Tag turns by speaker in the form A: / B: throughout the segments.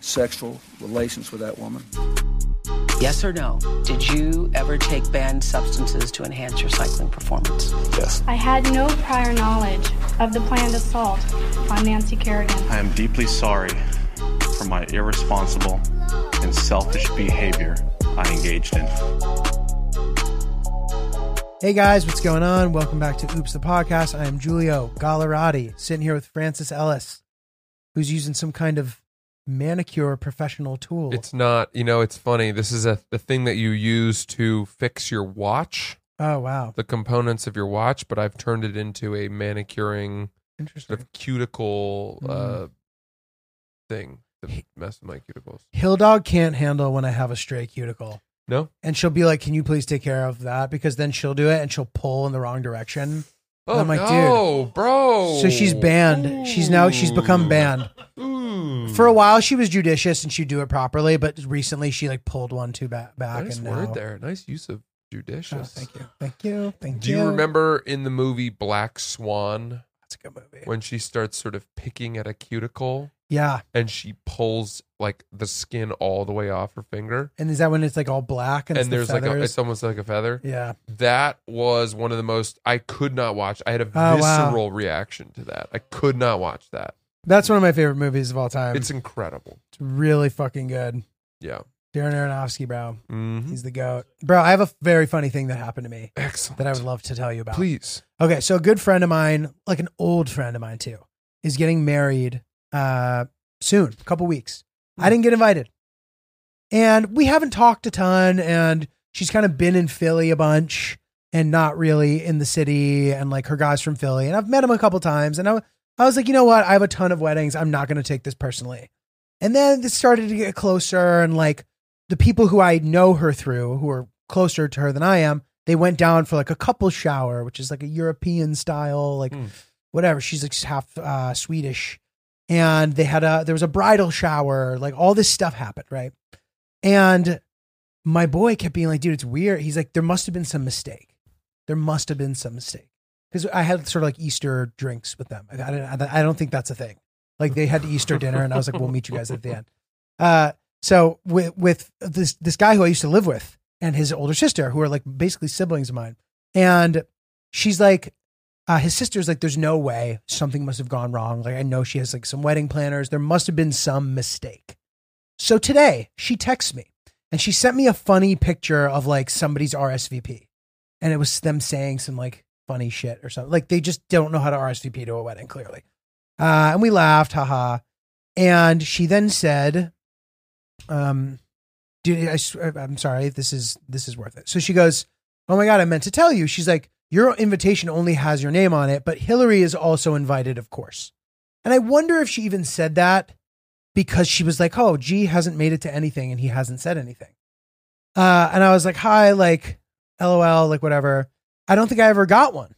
A: sexual relations with that woman.
B: Yes or no? Did you ever take banned substances to enhance your cycling performance?
C: Yes.
D: I had no prior knowledge of the planned assault on Nancy Kerrigan.
E: I am deeply sorry for my irresponsible and selfish behavior I engaged in.
F: Hey guys, what's going on? Welcome back to Oops the Podcast. I am Giulio Gallerati, sitting here with Francis Ellis, who's using some kind of manicure professional tool.
G: It's not, you know, it's funny. This is a the thing that you use to fix your watch,
F: oh wow,
G: the components of your watch, but I've turned it into a manicuring
F: interesting.
G: sort of cuticle uh
F: Mm.
G: thing to mess with my cuticles.
F: Hill dog can't handle when I have a stray cuticle.
G: No?
F: And she'll be like, "Can you please take care of that?" Because then she'll do it, and she'll pull in the wrong direction.
G: Oh
F: I'm like,
G: no, bro.
F: So she's banned. She's now she's become
G: Oh. Ooh.
F: banned.
G: Ooh.
F: For a while, she was judicious and she'd do it properly, but recently she like pulled one too ba- back.
G: nice
F: and
G: word
F: now-
G: there. Nice use of judicious.
F: Oh, thank you, thank you, thank
G: Do
F: you.
G: you remember in the movie Black Swan
F: That's a good movie.
G: when she starts sort of picking at a cuticle
F: yeah,
G: and she pulls like the skin all the way off her finger
F: and is that when it's like all black and,
G: and,
F: it's the
G: there's like a,
F: feathers?
G: it's almost like a feather.
F: yeah,
G: That was one of the most I could not watch. I had a
F: Oh, wow.
G: visceral reaction to that. I could not watch that.
F: that's one of my favorite movies of all time.
G: It's
F: It's,
G: incredible.
F: really fucking good.
G: Yeah.
F: Darren Aronofsky, bro,
G: Mhm.
F: he's the goat, bro. I have a very funny thing that happened to me
G: Excellent.
F: that I would love to tell you about.
G: Please.
F: Okay, so a good friend of mine, like an old friend of mine too, is getting married uh soon, a couple weeks. I didn't get invited. And we haven't talked a ton and she's kind of been in Philly a bunch and not really in the city and like her guys from Philly and I've met him a couple times and I wa- I was like, "You know what? I have a ton of weddings. I'm not going to take this personally." And then it started to get closer and like the people who I know her through, who are closer to her than I am, they went down for like a couple shower, which is like a European style, like
G: Hmm.
F: whatever. She's like half uh, Swedish, and they had a there was a bridal shower, like all this stuff happened, right? And my boy kept being like, "Dude, it's weird." He's like, "There must have been some mistake. There must have been some mistake." Because I had sort of like Easter drinks with them. I, I, don't- I don't think that's a thing. Like they had Easter dinner, and I was like, "We'll meet you guys at the end." Uh, so with with this this guy who I used to live with and his older sister, who are like basically siblings of mine, and she's like, uh, his sister's like, "There's no way something must have gone wrong. Like I know she has like some wedding planners. There must have been some mistake." So today she texts me and she sent me a funny picture of like somebody's RSVP, and it was them saying some like funny shit or something. Like they just don't know how to RSVP to a wedding clearly. Uh, and we laughed, haha. And she then said, um dude I, sw- i'm sorry this is this is worth it so she goes oh my god i meant to tell you she's like your invitation only has your name on it but hillary is also invited of course and i wonder if she even said that because she was like oh g hasn't made it to anything and he hasn't said anything uh and i was like hi like lol like whatever i don't think i ever got one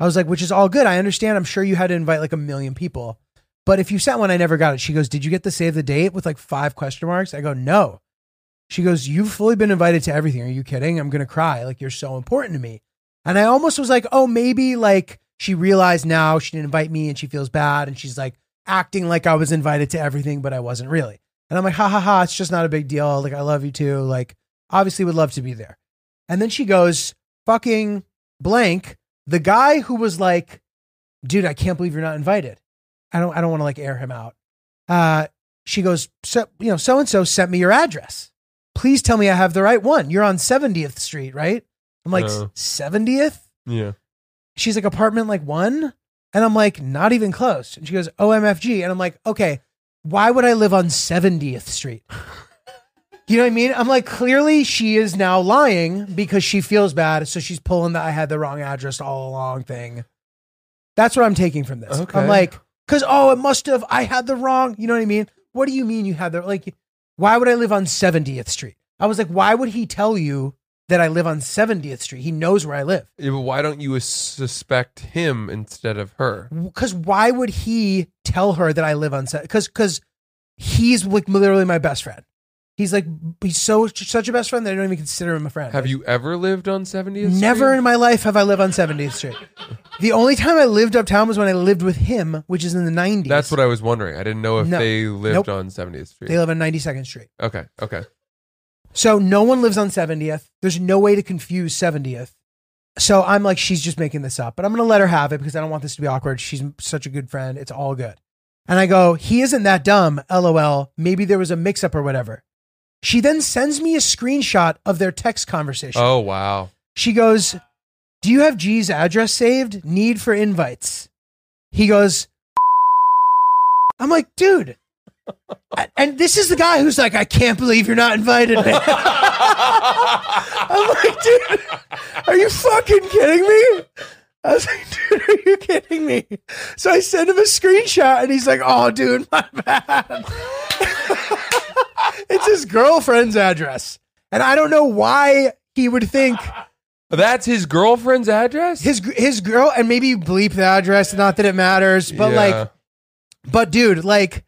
F: i was like which is all good i understand i'm sure you had to invite like a million people but if you sent one, I never got it. She goes, Did you get the save the date with like five question marks? I go, No. She goes, You've fully been invited to everything. Are you kidding? I'm going to cry. Like, you're so important to me. And I almost was like, Oh, maybe like she realized now she didn't invite me and she feels bad. And she's like acting like I was invited to everything, but I wasn't really. And I'm like, Ha ha ha. It's just not a big deal. Like, I love you too. Like, obviously would love to be there. And then she goes, Fucking blank. The guy who was like, Dude, I can't believe you're not invited. I don't I don't want to like air him out. Uh, she goes, so you know, so and so sent me your address. Please tell me I have the right one. You're on 70th Street, right? I'm like
G: No.
F: 70th.
G: Yeah.
F: She's like apartment like one, and I'm like not even close. And she goes, OMFG, and I'm like, okay, why would I live on 70th Street? You know what I mean? I'm like, clearly she is now lying because she feels bad. So she's pulling that I had the wrong address all along thing. That's what I'm taking from this.
G: Okay.
F: I'm like, because, oh, it must have, I had the wrong, you know what I mean? what do you mean you have the like? Why would I live on 70th Street? I was like, why would he tell you that I live on 70th Street? He knows where I live.
G: Yeah, but why don't you suspect him instead of her?
F: Because why would he tell her that I live on set? Because because he's like literally my best friend. He's like he's so such a best friend that I don't even consider him a friend.
G: Have you ever lived on 70th?
F: Never
G: Street?
F: in my life have I lived on 70th Street. The only time I lived uptown was when I lived with him, which is in the 90s.
G: That's what I was wondering. I didn't know if
F: No.
G: they lived
F: Nope.
G: on 70th Street.
F: they live on 92nd Street.
G: okay, okay.
F: So no one lives on 70th. There's no way to confuse 70th. So I'm like, she's just making this up, but I'm going to let her have it because I don't want this to be awkward. She's such a good friend. It's all good. And I go, he isn't that dumb. LOL. Maybe there was a mix up or whatever. She then sends me a screenshot of their text conversation.
G: Oh wow.
F: She goes, Do you have G's address saved? Need for invites. He goes, I'm like, dude. A- And this is the guy who's like, I can't believe you're not invited. man." I'm like, dude, are you fucking kidding me? I was like, dude, are you kidding me? So I send him a screenshot and he's like, oh, dude, my bad. it's his girlfriend's address. And I don't know why he would think
G: That's his girlfriend's address?
F: his his girl and maybe bleep the address not that it matters but
G: Yeah.
F: like but dude like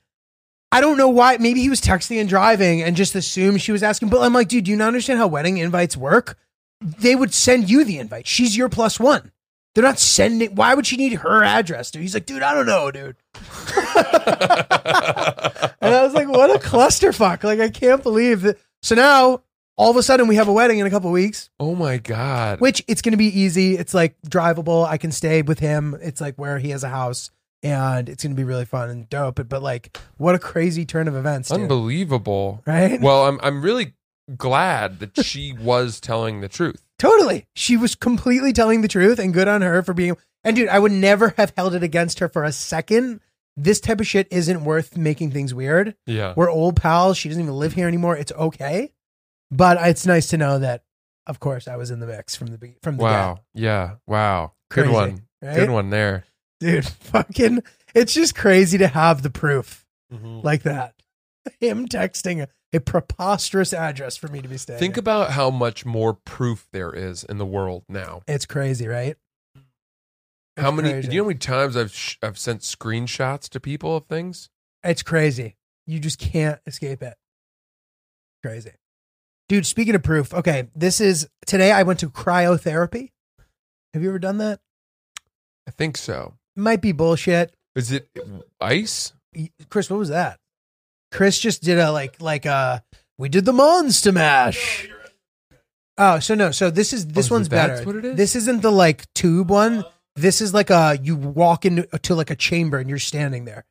F: i don't know why maybe he was texting and driving and just assumed she was asking but i'm like dude do you not understand how wedding invites work they would send you the invite she's your plus one they're not sending why would she need her address dude he's like dude i don't know dude and i was like what a clusterfuck like i can't believe that so now all of a sudden we have a wedding in a couple weeks
G: Oh my god.
F: which it's going to be easy. It's like drivable. I can stay with him. It's like where he has a house, and it's going to be really fun and dope. But, but like, what a crazy turn of events, dude.
G: Unbelievable.
F: right?
G: Well, I'm I'm really glad that she was telling the truth.
F: totally. She was completely telling the truth, and good on her for being. And dude, I would never have held it against her for a second. This type of shit isn't worth making things weird.
G: Yeah.
F: We're old pals. She doesn't even live here anymore. It's okay, but it's nice to know that, of course, I was in the mix from the be- from the get.
G: Wow. Yeah. Wow.
F: Crazy,
G: Good one.
F: right?
G: Good one there.
F: dude fucking it's just crazy to have the proof
G: Mm-hmm.
F: like that him texting a, a preposterous address for me to be staying
G: Think
F: at.
G: about how much more proof there is in the world now.
F: it's crazy right
G: How many?
F: crazy.
G: Do you know how many times I've sh- I've sent screenshots to people of things?
F: it's crazy you just can't escape it crazy dude speaking of proof okay this is today i went to cryotherapy have you ever done that
G: I think so.
F: might be bullshit
G: Is it ice?
F: chris what was that chris just did a like like uh we did the monster mash Oh, so no, so this is this
G: so
F: one's
G: that's
F: better.
G: what it is?
F: This isn't the like tube one. This is like a you walk into to like a chamber and you're standing there,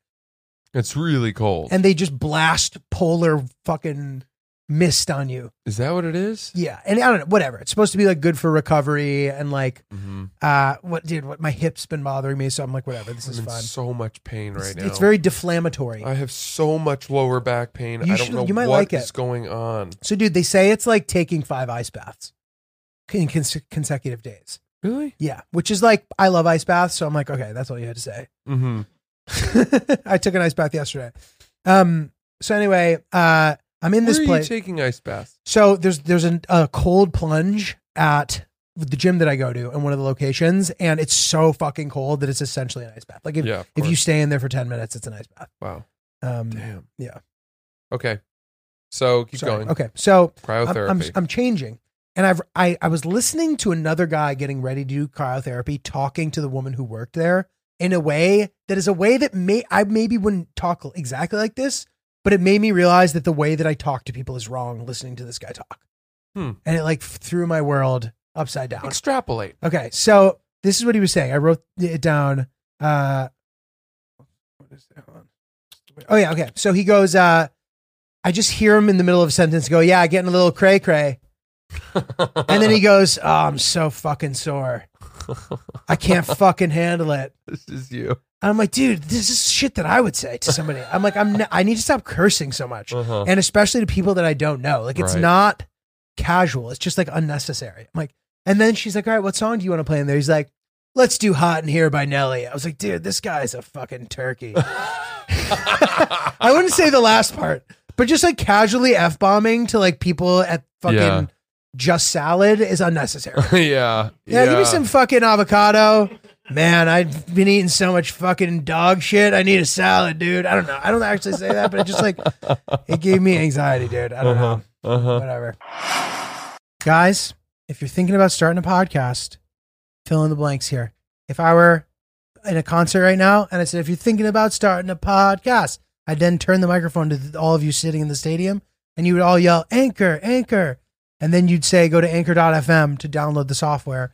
G: It's really cold.
F: and they just blast polar fucking mist on you.
G: is that what it is?
F: Yeah, and I don't know, whatever. It's supposed to be like good for recovery and like
G: Mhm.
F: uh, what dude? What my hip's been bothering me, so I'm like, whatever. This
G: I'm
F: is
G: in
F: fine.
G: so much pain right
F: it's,
G: now.
F: it's very deflammatory.
G: I have so much lower back pain.
F: You
G: I don't
F: should-
G: know
F: you might
G: what
F: like it.
G: is going on.
F: So, dude, they say it's like taking five ice baths in cons- consecutive days.
G: Really?
F: Yeah, which is like I love ice baths, so I'm like, okay, that's all you had to say.
G: Mm-hmm.
F: I took an ice bath yesterday. Um. So anyway, uh, I'm in this
G: Where
F: place.
G: are you taking ice baths?
F: so there's there's an, a cold plunge at the gym that I go to in one of the locations, and it's so fucking cold that it's essentially an ice bath. Like if
G: Yeah, of
F: if you
G: course.
F: stay in there for ten minutes, it's an ice bath.
G: Wow.
F: Um,
G: Damn.
F: Yeah.
G: Okay. So keep
F: Sorry.
G: going.
F: Okay. So I'm,
G: Cryotherapy.
F: I'm, I'm changing. And I've, I, I was listening to another guy getting ready to do cryotherapy, talking to the woman who worked there in a way that is a way that may, I maybe wouldn't talk exactly like this, but it made me realize that the way that I talk to people is wrong listening to this guy talk.
G: Hmm.
F: And it like threw my world upside down.
G: Extrapolate.
F: Okay, so this is what he was saying. I wrote it down. Uh, what is that? Hold on. Oh yeah, okay. So he goes. Uh, I just hear him in the middle of a sentence go, "Yeah, getting a little cray cray," and then he goes, "Oh, I'm so fucking sore. I can't fucking handle it."
G: this is you.
F: And I'm like, dude, this is shit that I would say to somebody. I'm like, I'm n- I need to stop cursing so much,
G: Uh-huh.
F: and especially to people that I don't know. Like, it's
G: Right.
F: not casual. It's just like unnecessary. I'm like, and then she's like, all right, what song do you want to play in there? He's like, let's do "Hot in Here" by Nelly. I was like, dude, this guy's a fucking turkey. I wouldn't say the last part, but just like casually f bombing to like people at fucking
G: Yeah.
F: just salad is unnecessary.
G: yeah.
F: Yeah, give me some fucking avocado. Man, I've been eating so much fucking dog shit. I need a salad, dude. I don't know. I don't actually say that, but it just like it gave me anxiety, dude. I don't know.
G: Uh-huh.
F: Whatever. Guys, if you're thinking about starting a podcast, fill in the blanks here. If I were in a concert right now and I said, if you're thinking about starting a podcast, I'd then turn the microphone to th- all of you sitting in the stadium and you would all yell, Anchor, Anchor. And then you'd say, go to anchor.fm to download the software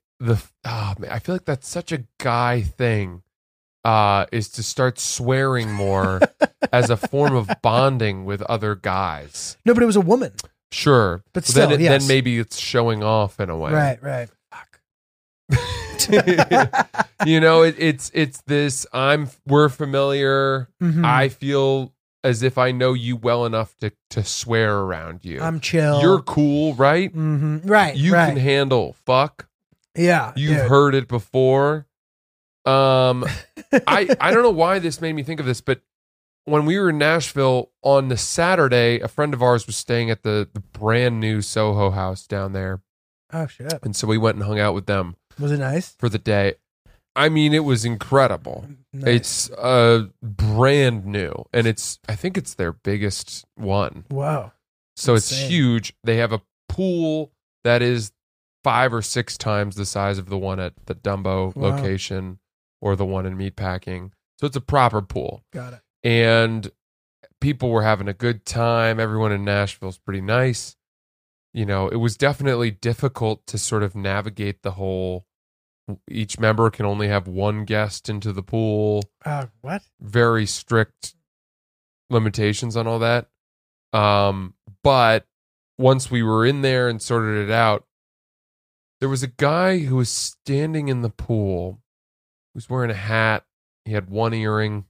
G: the oh, man, I feel like that's such a guy thing uh is to start swearing more as a form of bonding with other guys.
F: No, but it was a woman.
G: Sure.
F: But
G: then
F: still,
G: it-
F: yes.
G: then maybe it's showing off in a way.
F: Right, right.
G: you know, it, it's it's this I'm we're familiar.
F: Mhm.
G: I feel as if I know you well enough to to swear around you.
F: I'm chill.
G: You're cool, right?
F: Mhm. right.
G: You
F: right.
G: can handle fuck.
F: yeah.
G: You've
F: dude.
G: heard it before. Um, I I don't know why this made me think of this, but when we were in Nashville on the Saturday, a friend of ours was staying at the, the brand new Soho house down there,
F: Oh shit.
G: and so we went and hung out with them
F: Was it nice?
G: for the day. I mean, it was incredible.
F: Nice.
G: It's uh brand new, and it's I think it's their biggest one.
F: Whoa.
G: So it's
F: Insane.
G: huge. They have a pool that is five or six times the size of the one at the Dumbo
F: Wow.
G: location or the one in Meatpacking. So it's a proper pool.
F: Got it.
G: And people were having a good time. Everyone in Nashville's pretty nice. You know, it was definitely difficult to sort of navigate the whole each member can only have one guest into the pool
F: Uh, what?
G: very strict limitations on all that. Um, but once we were in there and sorted it out, there was a guy who was standing in the pool. He was wearing a hat. He had one earring.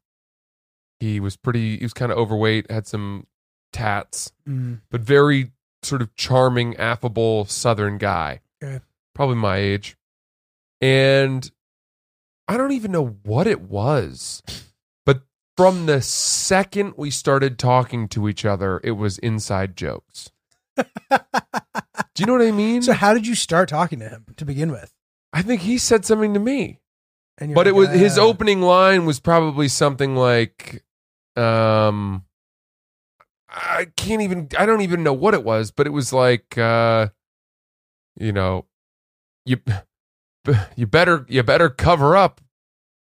G: He was pretty. He was kind of overweight. Had some tats,
F: Mm.
G: but very sort of charming, affable Southern guy.
F: Okay.
G: Probably my age, and I don't even know what it was. But from the second we started talking to each other, it was inside jokes. Do you know what I mean?
F: So how did you start talking to him to begin with?
G: I think he said something to me.
F: And you're
G: But it
F: like,
G: was his
F: uh,
G: opening line was probably something like um I can't even I don't even know what it was, but it was like uh you know you you better you better cover up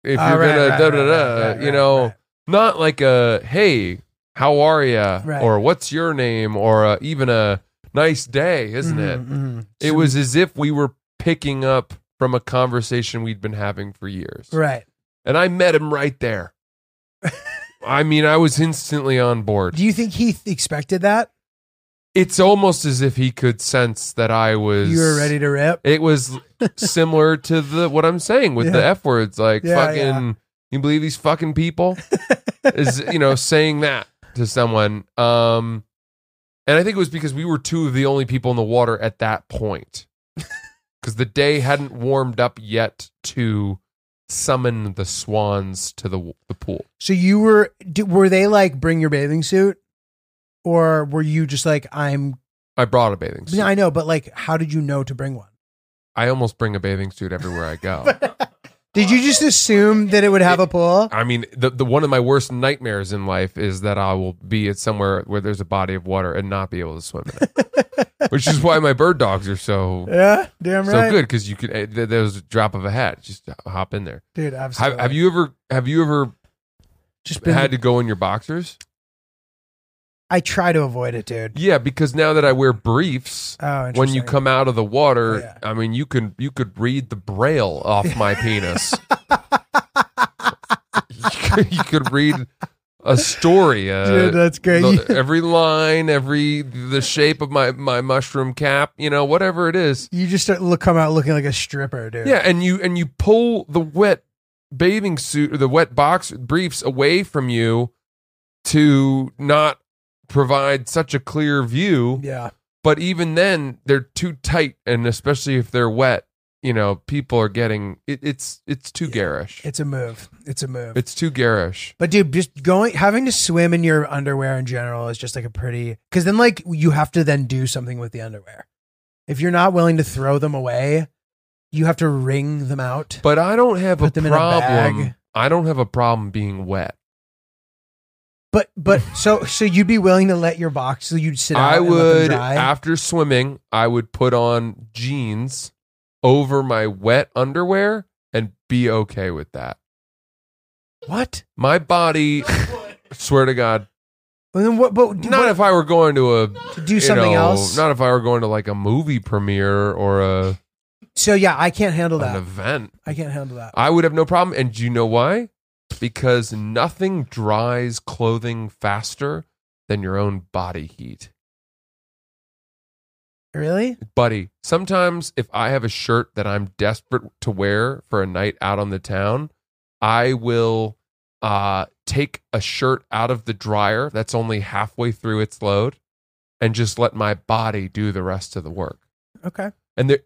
G: if
F: Ah,
G: you're
F: right,
G: gonna
F: right,
G: da,
F: right,
G: da, da,
F: right, right,
G: you
F: right,
G: know
F: right.
G: not like a hey how are you
F: Right.
G: or what's your name or uh even a nice day isn't it
F: Mhm, mhm.
G: it was as if we were picking up from a conversation we'd been having for years.
F: right.
G: And I met him right there. I mean, I was instantly on board.
F: Do you think he th- expected that?
G: It's almost as if he could sense that I was.
F: You were ready to rip.
G: It was similar to the what I'm saying with the
F: Yeah.
G: F words, like
F: Yeah,
G: fucking.
F: yeah.
G: You believe these fucking people? Is you know saying that to someone? Um, and I think it was because we were two of the only people in the water at that point, because the day hadn't warmed up yet to summon the swans to the the pool.
F: So you were d were they like bring your bathing suit, or were you just like I'm?
G: I brought a bathing suit.
F: I know, but like, how did you know to bring one?
G: I almost bring a bathing suit everywhere I go.
F: Did you just assume that it would have a pool?
G: I mean, the, the one of my worst nightmares in life is that I will be at somewhere where there's a body of water and not be able to swim in it, which is why my bird dogs are so
F: Yeah, damn
G: so
F: right,
G: good because you could eh, th- there was a drop of a hat, just hop in there.
F: dude.
G: Have,
F: Absolutely.
G: have you ever have you ever
F: just been?
G: had to go in your boxers?
F: I try to avoid it, dude.
G: Yeah, because now that I wear briefs.
F: Oh,
G: When you
F: interesting. Oh,
G: come out of the water,
F: Yeah.
G: I mean, you can you could read the braille off my penis. you could read a story. Uh,
F: Dude, that's great.
G: the- every line, every the shape of my my mushroom cap, you know, whatever it is.
F: You just start look, come out looking like a stripper, dude.
G: uh, Yeah, and you and you pull the wet bathing suit or the wet box briefs away from you to not provide such a clear view.
F: Yeah.
G: But even then, they're too tight, and especially if they're wet, you know, people are getting it, it's it's too garish.
F: It's a move. It's a move.
G: It's too garish.
F: But dude, just going having to swim in your underwear in general is just like a pretty because then like you have to then do something with the underwear. If you're not willing to throw them away, you have to wring them out.
G: But I don't have
F: Put
G: a
F: them in a
G: problem.
F: bag.
G: I don't have a problem being wet.
F: But but so so you'd be willing to let your box so you'd sit out
G: I
F: and let them
G: would
F: dry?
G: after swimming, I would put on jeans over my wet underwear and be okay with that.
F: what?
G: My body swear to God.
F: And then what but do-
G: Not
F: what-
G: if I were going to a
F: to do
G: you
F: something
G: know,
F: else.
G: Not if I were going to like a movie premiere or a
F: so yeah, I can't handle
G: an
F: that.
G: event.
F: I can't handle that.
G: I would have no problem. And do you know why? Because nothing dries clothing faster than your own body heat.
F: really?
G: buddy sometimes if i have a shirt that i'm desperate to wear for a night out on the town i will uh take a shirt out of the dryer that's only halfway through its load and just let my body do the rest of the work
F: Okay.
G: and there,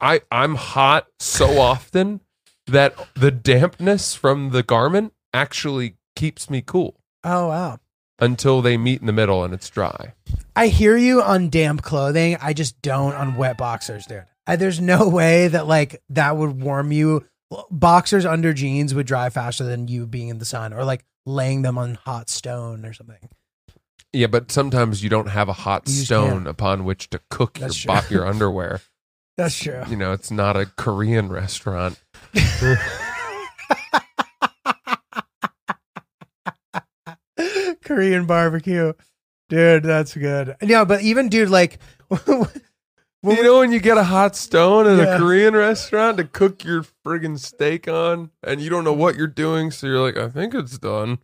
G: i i'm hot so often that the dampness from the garment actually keeps me cool
F: Oh wow.
G: until they meet in the middle and it's dry
F: I hear you on damp clothing. I just don't on wet boxers, dude. I, there's no way that like that would warm you. Boxers under jeans would dry faster than you being in the sun or like laying them on hot stone or something.
G: Yeah, but sometimes you don't have a hot
F: You just
G: stone
F: can't.
G: upon which to cook your,
F: That's
G: bo-
F: true.
G: your underwear.
F: That's true.
G: You know, it's not a Korean restaurant.
F: Korean barbecue, dude. That's good. No, but even dude, like, Well,
G: you know, when you get a hot stone at
F: Yeah.
G: a Korean restaurant to cook your friggin' steak on, and you don't know what you're doing, so you're like, I think it's done.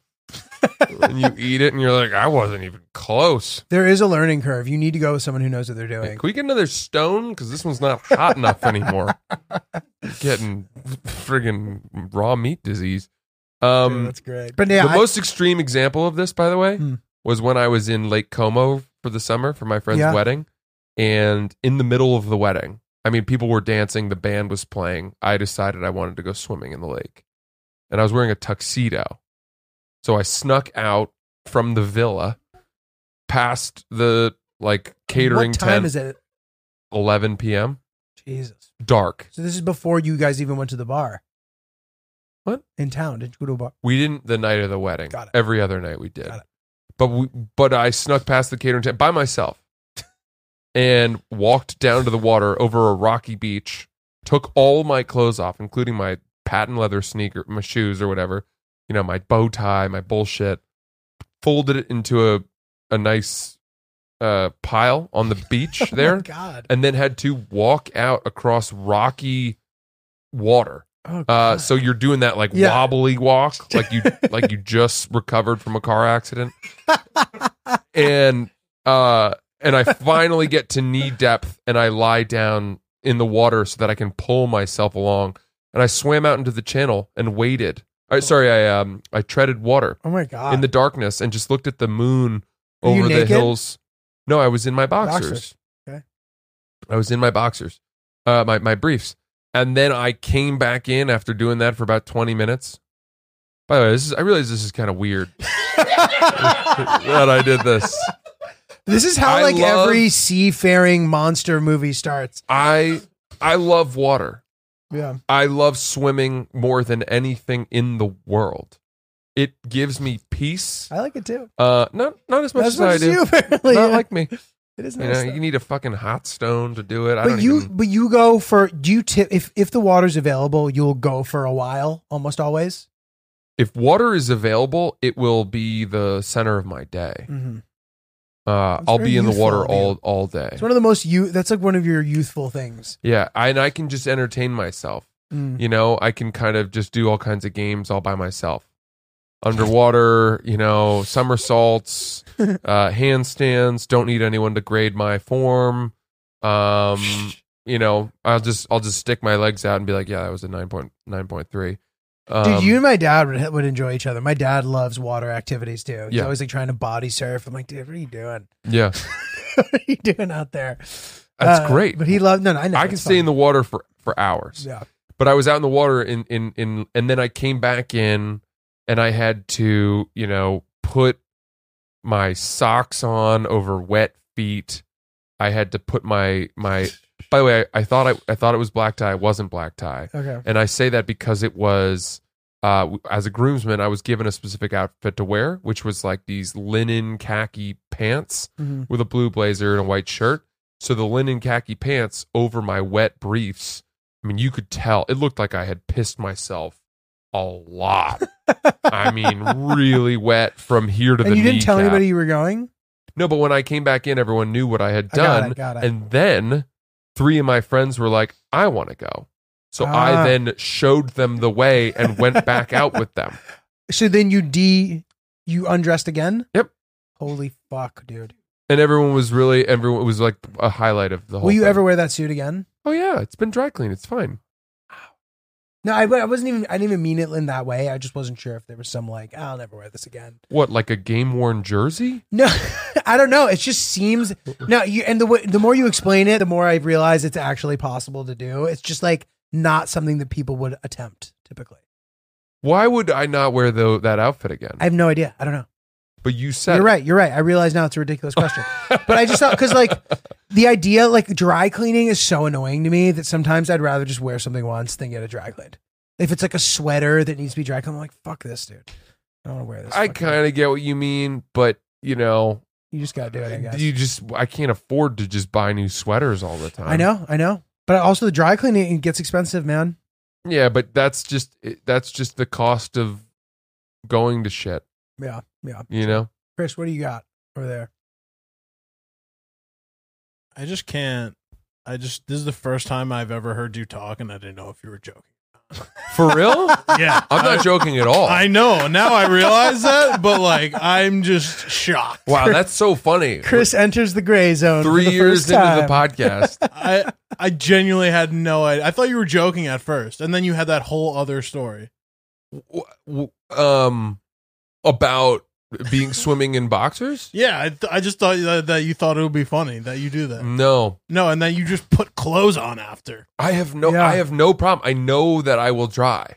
G: and you eat it, and you're like, I wasn't even close.
F: there is a learning curve. You need to go with someone who knows what they're
G: Like,
F: doing.
G: can we get another stone? Because this one's not hot enough anymore. You're getting friggin' raw meat disease.
F: Dude,
G: Um,
F: that's great. But yeah,
G: the
F: I-
G: most extreme example of this, by the way,
F: Hmm.
G: was when I was in Lake Como for the summer for my friend's
F: Yeah.
G: wedding. And in the middle of the wedding, I mean, people were dancing, the band was playing. I decided I wanted to go swimming in the lake. And I was wearing a tuxedo. So I snuck out from the villa past the like catering
F: what time
G: tent,
F: is it?
G: 11 p.m.
F: Jesus.
G: Dark.
F: So this is before you guys even went to the bar.
G: What?
F: in town? Did you go to a bar?
G: We didn't the night of the wedding.
F: Got it.
G: Every other night we did.
F: Got it.
G: But we, but I snuck past the catering tent by myself and walked down to the water over a rocky beach, took all my clothes off, including my patent leather sneaker, my shoes or whatever, you know, my bow tie, my bullshit, folded it into a a nice uh, pile on the beach
F: Oh my
G: there,
F: God.
G: and then had to walk out across rocky water.
F: Oh,
G: Uh,
F: God.
G: so you're doing that like
F: Yeah.
G: wobbly walk, like you like you just recovered from a car accident, and uh, and I finally get to knee depth, and I lie down in the water so that I can pull myself along, and I swam out into the channel and waited. I, sorry, I um I treaded water
F: oh my God.
G: in the darkness and just looked at the moon
F: Were you
G: over the
F: naked?
G: hills. No, I was in my boxers.
F: Boxers. Okay.
G: I was in my boxers, uh, my my briefs, and then I came back in after doing that for about twenty minutes. By the way, this is, I realize this is kind of weird that I did this.
F: this is how
G: I
F: like
G: love-
F: every seafaring monster movie starts.
G: I I love water.
F: Yeah.
G: I love swimming more than anything in the world. It gives me peace.
F: I like it too.
G: Uh, not not as much
F: That's
G: as I
F: much as
G: do.
F: you apparently.
G: Not
F: Yeah.
G: like me.
F: it is
G: You
F: nice.
G: know,
F: though.
G: you need a fucking hot stone to do it. I
F: but
G: don't
F: you
G: even.
F: but you go for do you tip if if the water's available, you'll go for a while almost always.
G: If water is available, it will be the center of my day.
F: Mm-hmm.
G: Uh,
F: It's
G: I'll
F: very
G: be in the
F: youthful
G: water
F: of you.
G: all all day.
F: It's one of the most you that's like one of your youthful things.
G: Yeah, I, and I can just entertain myself.
F: Mm.
G: You know, I can kind of just do all kinds of games all by myself. underwater, you know, somersaults, uh, handstands. Don't need anyone to grade my form. Um, you know, I'll just I'll just stick my legs out and be like, yeah, that was a nine point nine point three. Um,
F: Dude, you and my dad would, would enjoy each other. My dad loves water activities too. He's
G: Yeah.
F: always like trying to body surf. I'm like, dude, what are you doing?
G: yeah,
F: what are you doing out there?
G: That's
F: Uh,
G: great.
F: But he loved. No, no, I know.
G: I can stay in the water for for hours.
F: Yeah.
G: but I was out in the water in in in and then I came back in and I had to, you know, put my socks on over wet feet. I had to put my my by the way, I, I thought I, I thought it was black tie. It wasn't black tie.
F: Okay.
G: And I say that because it was uh, w- as a groomsman, I was given a specific outfit to wear, which was like these linen khaki pants
F: Mhm.
G: with a blue blazer and a white shirt. So the linen khaki pants over my wet briefs. I mean, you could tell it looked like I had pissed myself a lot. I mean, really wet from here to
F: And
G: the
F: you didn't tell
G: kneecap.
F: anybody you were going.
G: No, but when I came back in, everyone knew what I had
F: I got
G: done.
F: it, got it.
G: And then three of my friends were like, I want to go. So I
F: Ah.
G: then showed them the way and went back out with them.
F: So then you de you undressed again.
G: Yep.
F: Holy fuck, dude!
G: And everyone was really, everyone it was like a highlight of the whole
F: Will you
G: thing.
F: ever wear that suit again?
G: Oh, yeah. It's been dry cleaned. It's fine.
F: No, I, I wasn't even. I didn't even mean it in that way. I just wasn't sure if there was some like I'll never wear this again.
G: What, like a game worn jersey?
F: No, I don't know. It just seems no. You and the way, the more you explain it, the more I realize it's actually possible to do. It's just like not something that people would attempt typically.
G: Why would I not wear tho- that outfit again?
F: I have no idea. I don't know.
G: but you said
F: you're
G: it.
F: right. You're right. I realize now it's a ridiculous question, but I just thought because like the idea like dry cleaning is so annoying to me that sometimes I'd rather just wear something once than get a dry cleaned. If it's like a sweater that needs to be dry cleaned, I'm like fuck this, dude. I don't want to wear this.
G: I
F: fucking-
G: kind of get what you mean, but you know,
F: You just gotta do it. I guess.
G: you just, I can't afford to just buy new sweaters all the time.
F: I know. I know. But also the dry cleaning it gets expensive, man.
G: Yeah, but that's just that's just the cost of going to shit.
F: Yeah, yeah.
G: You know,
F: Chris, what do you got over there?
C: I just can't. I just this is the first time I've ever heard you talk, and I didn't know if you were joking.
G: for real?
C: Yeah,
G: I'm not joking at all.
C: I know now. I realize that, but like I'm just shocked.
G: wow, that's so funny.
F: Chris enters the gray zone. for
G: Three
F: the
G: years
F: first
G: into the
F: time.
G: podcast,
C: I I genuinely had no idea. I thought you were joking at first, and then you had that whole other story.
G: w- w- um, about being swimming in boxers.
C: Yeah, I, th- I just thought that, that you thought it would be funny that you do that.
G: No,
C: No, and then you just put clothes on after.
G: I have no.
F: Yeah.
G: I have no problem. I know that I will dry.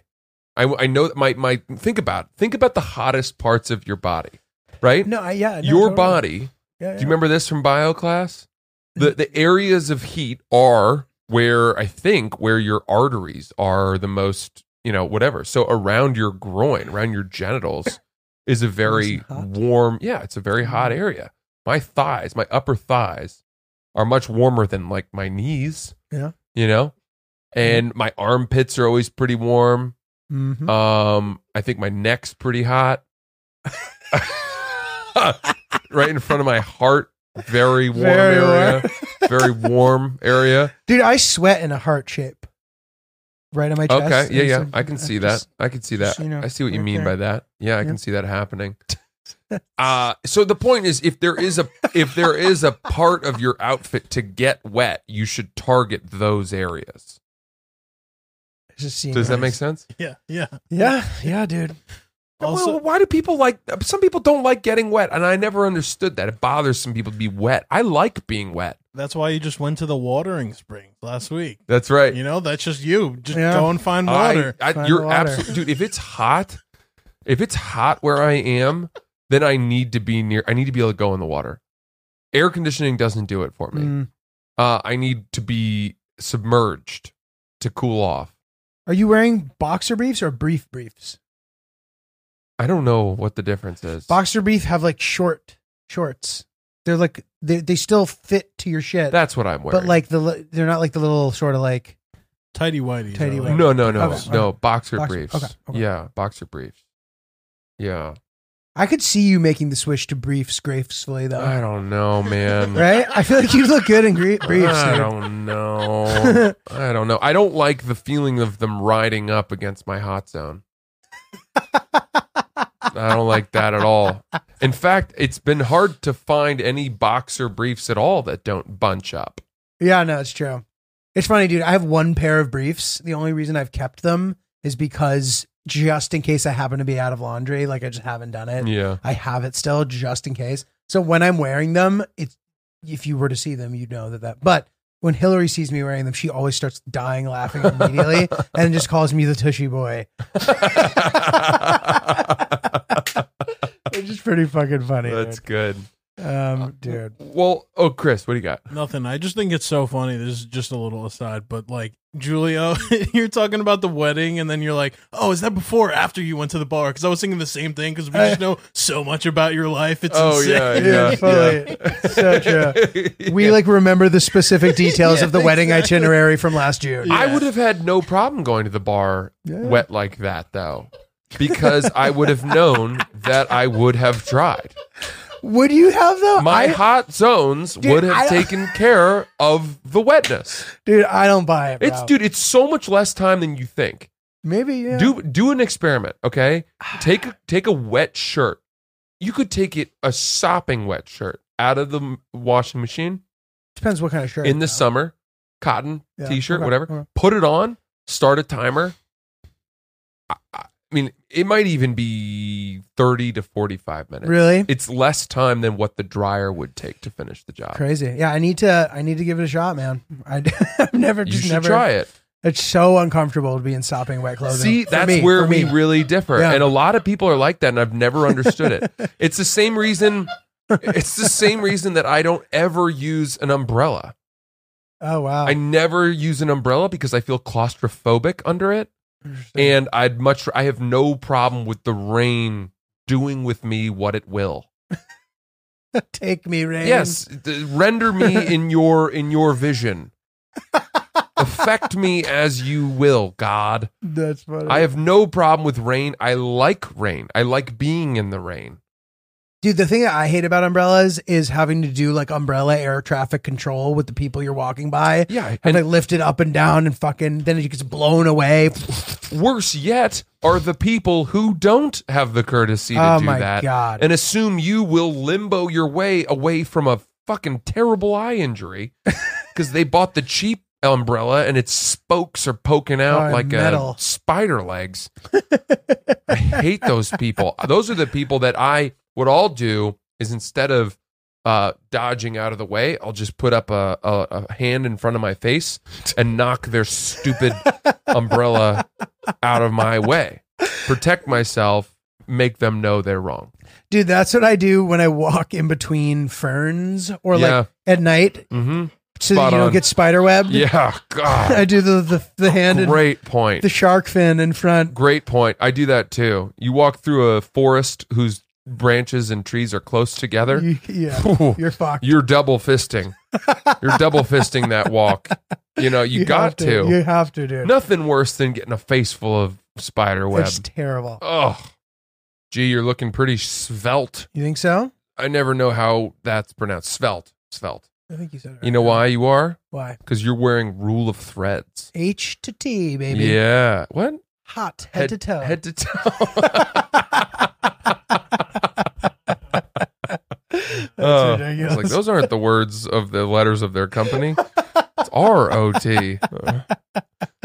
G: I, I know that my my. Think about think about the hottest parts of your body, right?
F: No, I, yeah, no,
G: your
F: totally.
G: body
F: Yeah, Mm-hmm.
G: Do you remember this from bio class? The the areas of heat are where I think where your arteries are the most, you know, whatever. So around your groin, around your genitals is a very
F: Nice and hot. Mm-hmm.
G: warm, yeah, it's a very hot area. My thighs, my upper thighs are much warmer than like my knees.
F: Yeah. Mm-hmm.
G: You know? And my armpits are always pretty warm.
F: Mhm.
G: Um, I think my neck's pretty hot. right in front of my heart, very warm
F: Very
G: area, very warm area.
F: Dude, I sweat in a heart shape. Right on my chest.
G: Okay, yeah,
F: It's
G: yeah,
F: like-
G: I can see that.
F: just-
G: I can see
F: just,
G: that.
F: you know,
G: I see what you
F: right
G: mean
F: there.
G: by that. Yeah, I
F: Yeah.
G: can see that happening. Uh so the point is if there is a if there is a part of your outfit to get wet, you should target those areas.
F: it's just seeing
G: Does that
F: it.
G: make sense?
C: Yeah, yeah.
F: Yeah, yeah, dude.
C: Also-
G: well, why do people like? Some people don't like getting wet, and I never understood that. It bothers some people to be wet. I like being wet.
C: That's why you just went to the watering springs last week.
G: That's right.
C: You know, that's just you. Just
F: Yeah.
C: go and find water.
G: I, I,
F: Find
G: you're
F: the water.
G: absolutely, dude. If it's hot, if it's hot where I am, then I need to be near. I need to be able to go in the water. Air conditioning doesn't do it for me.
F: Mm.
G: Uh, I need to be submerged to cool off.
F: Are you wearing boxer briefs or brief briefs?
G: I don't know what the difference is.
F: Boxer brief have like short shorts. They're like they they still fit to your shit,
G: That's what I'm wearing.
F: but like the li- they're not like the little sort of like
C: Tidy whitey.
F: Tidy whities.
G: no, no, no,
F: Okay,
G: no. Boxer,
F: Boxer-
G: briefs.
F: okay, okay.
G: Yeah, boxer briefs. Yeah.
F: I could see you making the switch to briefs gracefully though.
G: I don't know, man.
F: right? I feel like you look good in gre- briefs.
G: I
F: dude.
G: don't know. I don't know. I don't like the feeling of them riding up against my hot zone. I don't like that at all. In fact, it's been hard to find any boxer briefs at all that don't bunch up.
F: Yeah, no, it's true. It's funny, dude. I have one pair of briefs. The only reason I've kept them is because just in case I happen to be out of laundry, like I just haven't done it.
G: Yeah.
F: I have it still just in case. So when I'm wearing them, it's if you were to see them, you'd know that that. But when Hillary sees me wearing them, she always starts dying laughing immediately and just calls me the tushy boy, which is pretty fucking funny.
G: That's good.
F: dude. Um, dude.
G: Well, oh, Chris, what do you got?
C: Nothing. I just think it's so funny. This is just a little aside, but like Julio, you're talking about the wedding, and then you're like, "Oh, is that before or after you went to the bar?" Because I was thinking the same thing. Because we just know so much about your life. It's
G: oh
C: insane.
G: yeah,
F: Yeah,
G: yeah,
F: fully. So true. We like remember the specific details of the wedding itinerary from last June.
G: I would have had no problem going to the bar wet like that though, because I would have known that I would have tried.
F: Would you have though?
G: My
F: I,
G: hot zones would have
F: I-
G: taken care of the wetness.
F: dude, I don't buy it. Bro.
G: It's dude, it's so much less time than you think.
F: Maybe yeah.
G: Do do an experiment, okay? Take a- take a wet shirt. You could take it a sopping wet shirt out of the m- washing machine
F: depends what kind of shirt.
G: in the
F: though.
G: summer, cotton
F: Yeah,
G: t-shirt,
F: okay,
G: whatever.
F: okay.
G: Put it on, start a timer. I, I mean, it might even be 30 to 45 minutes.
F: Really?
G: It's less time than what the dryer would take to finish the job.
F: Crazy. Yeah, I need to. I need to give it a shot, man. I, have never
G: You
F: just
G: should
F: never
G: try it.
F: It's so uncomfortable to be in sopping wet clothing.
G: See,
F: For
G: that's
F: me,
G: where
F: for
G: we
F: me.
G: really differ.
F: Yeah.
G: And a lot of people are like that, and I've never understood it. It's the same reason it's the same reason that I don't ever use an umbrella.
F: Oh wow.
G: I never use an umbrella because I feel claustrophobic under it. And I'd much I have no problem with the rain doing with me what it will.
F: Take me, rain.
G: Yes, th- render me in your in your vision. Affect me as you will, God.
F: that's funny.
G: I have no problem with rain. I like rain. I like being in the rain.
F: Dude, the thing that I hate about umbrellas is having to do like umbrella air traffic control with the people you're walking by.
G: Yeah,
F: And
G: and-
F: like lift it up and down and fucking then it gets blown away.
G: Worse yet are the people who don't have the courtesy to
F: Oh
G: do
F: my
G: that
F: God.
G: and assume you will limbo your way away from a fucking terrible eye injury because they bought the cheap umbrella and its spokes are poking out
F: Oh,
G: like
F: metal.
G: a spider legs. I hate those people. Those are the people that I what I'll do is instead of uh, dodging out of the way, I'll just put up a, a, a hand in front of my face and knock their stupid umbrella out of my way. Protect myself, make them know they're wrong.
F: Dude, that's what I do when I walk in between ferns or
G: Yeah.
F: like at night
G: Mm-hmm.
F: so
G: Spot
F: that you don't
G: on.
F: get spider webbed.
G: Yeah,
F: I
G: God.
F: do the the, the hand and
G: Great point.
F: the shark fin in front.
G: Great point. I do that too. You walk through a forest whose branches and trees are close together.
F: You- yeah.
G: Ooh.
F: You're fucked.
G: You're double fisting. You're double fisting that walk. You know, you,
F: have
G: got to.
F: You have to, dude.
G: Nothing worse than getting a face full of spider web.
F: It's terrible.
G: Oh, gee, you're looking pretty svelte.
F: You think so?
G: I never know how that's pronounced. Svelte. Svelte.
F: I think you said it.
G: You know why you are?
F: Why?
G: Because you're wearing rule of threads.
F: H to T, baby.
G: Yeah. What?
F: Hot head, to toe.
G: Head to toe. Oh, I was like,
F: ridiculous.
G: those aren't the words of the letters of their company. It's R O T. Uh,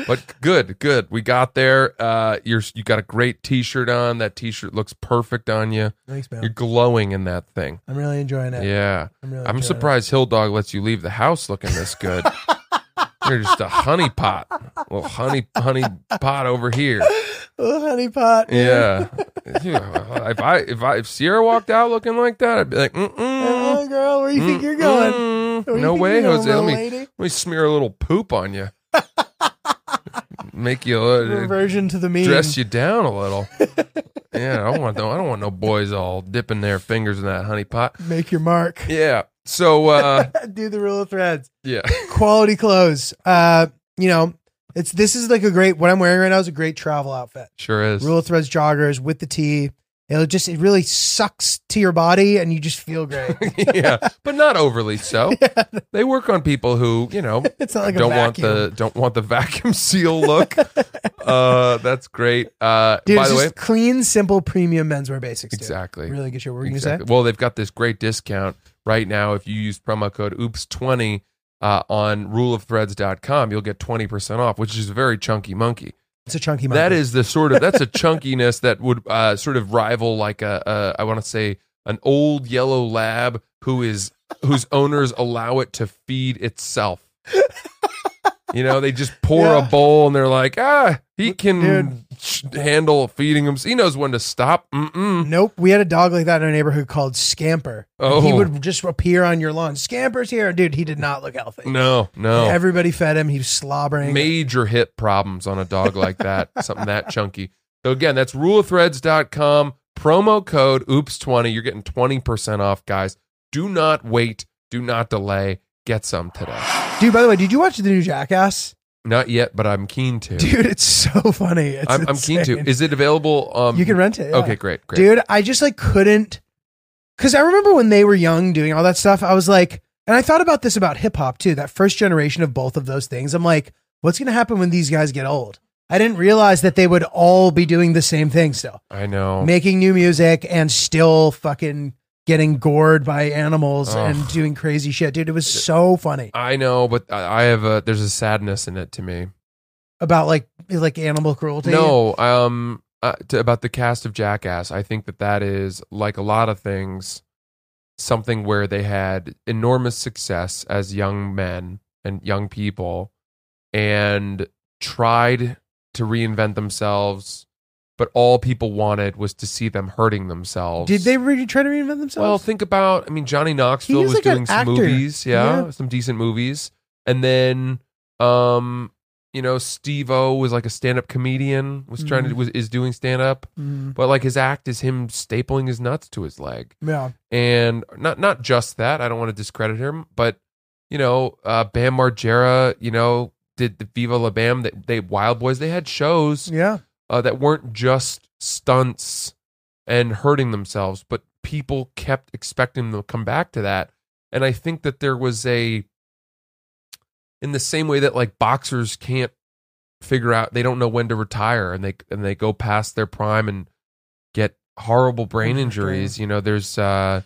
G: But good, good. We got there. Uh, you're you got a great T-shirt on. That T-shirt looks perfect on you.
F: Thanks, man.
G: You're glowing in that thing.
F: I'm really enjoying it.
G: Yeah,
F: I'm really enjoying
G: I'm
F: it.
G: surprised Hill Dog lets you leave the house looking this good. You're just a honey pot, little honey honey pot over here.
F: Oh, honey pot.
G: Yeah. Yeah, if I if I if Sierra walked out looking like that, I'd be like, mm
F: Oh,
G: mm.
F: girl, where you think you're going? Where you
G: No
F: think
G: way,
F: you're going,
G: Jose. Let
F: little
G: me
F: lady?
G: let me smear a little poop on you. Make you uh,
F: Reversion to the mean.
G: dress you down a little. yeah, I don't want no I don't want no boys all dipping their fingers in that honey pot.
F: Make your mark.
G: Yeah. So uh
F: Do the rule of threads.
G: yeah.
F: Quality clothes. Uh, you know, it's this is like a great what I'm wearing right now is a great travel outfit.
G: Sure is.
F: Rule of threads joggers with the tee. It'll just it really sucks to your body, and you just feel great.
G: yeah, but not overly so. They work on people who you know
F: It's not like a
G: don't want
F: vacuum.
G: the don't want the vacuum seal look. uh, that's great. Uh,
F: Dude,
G: by
F: it's
G: the way,
F: just clean, simple, premium menswear basics. dude.
G: exactly.
F: Really good shit. What were you
G: Exactly.
F: gonna
G: Well, they've got this great discount right now. If you use promo code OOPS20 uh, on ruleofthreads.com, you'll get 20% off, which is a very chunky monkey.
F: say? It's a chunky.
G: That
F: monkey.
G: is the sort of, that's a chunkiness that would uh, sort of rival like a, a I want to say, an old yellow lab who is, whose owners allow it to feed itself. You know, they just pour
F: Yeah.
G: a bowl and they're like, ah, he can
F: Dude.
G: sh- handle feeding him. He knows when to stop. Mm-mm.
F: Nope. We had a dog like that in our neighborhood called Scamper.
G: Oh.
F: He would just appear on your lawn. Scamper's here. Dude, he did not look healthy.
G: No, no.
F: Everybody fed him. He was slobbering.
G: major hip problems on a dog like that, something that chunky. So again, that's ruleofthreads.com, promo code oops20. You're getting 20% off, guys. Do not wait, do not delay. Get some today.
F: Dude, by the way, did you watch the new Jackass?
G: Not yet, but I'm keen to.
F: Dude, it's so funny. It's
G: I'm, I'm keen to.
F: insane.
G: Is it available? Um,
F: you can rent it. yeah.
G: Okay, great, great.
F: Dude, I just like couldn't. Because I remember when they were young doing all that stuff, I was like, and I thought about this about hip hop too, that first generation of both of those things. I'm like, what's going to happen when these guys get old? I didn't realize that they would all be doing the same thing still.
G: I know.
F: making new music and still fucking getting gored by animals
G: Ugh.
F: and doing crazy shit, dude. It was so funny
G: I know, but I I have a there's a sadness in it to me.
F: about like like animal cruelty.
G: No, um, uh, to, about the cast of Jackass, I think that that is like a lot of things, something where they had enormous success as young men and young people, and tried to reinvent themselves, but all people wanted was to see them hurting themselves.
F: did they really try to reinvent themselves?
G: Well, think about. I mean, Johnny Knoxville
F: He
G: was
F: was like an
G: doing some
F: actor.
G: movies, yeah,
F: Yeah.
G: some decent movies, and then, um, you know, Steve O was like a stand-up comedian, was trying
F: Mm-hmm.
G: to was is doing stand-up,
F: Mm,
G: but like his act is him stapling his nuts to his leg,
F: yeah,
G: and not not just that. I don't want to discredit him, but you know, uh, Bam Margera, you know, did the Viva La Bam, that they Wild Boys, they had shows
F: yeah.
G: uh, that weren't just stunts and hurting themselves, but people kept expecting them to come back to that. And I think that there was a, in the same way that like boxers can't figure out, they don't know when to retire and they, and they go past their prime and get horrible brain
F: Oh, my
G: injuries. You know, there's, uh,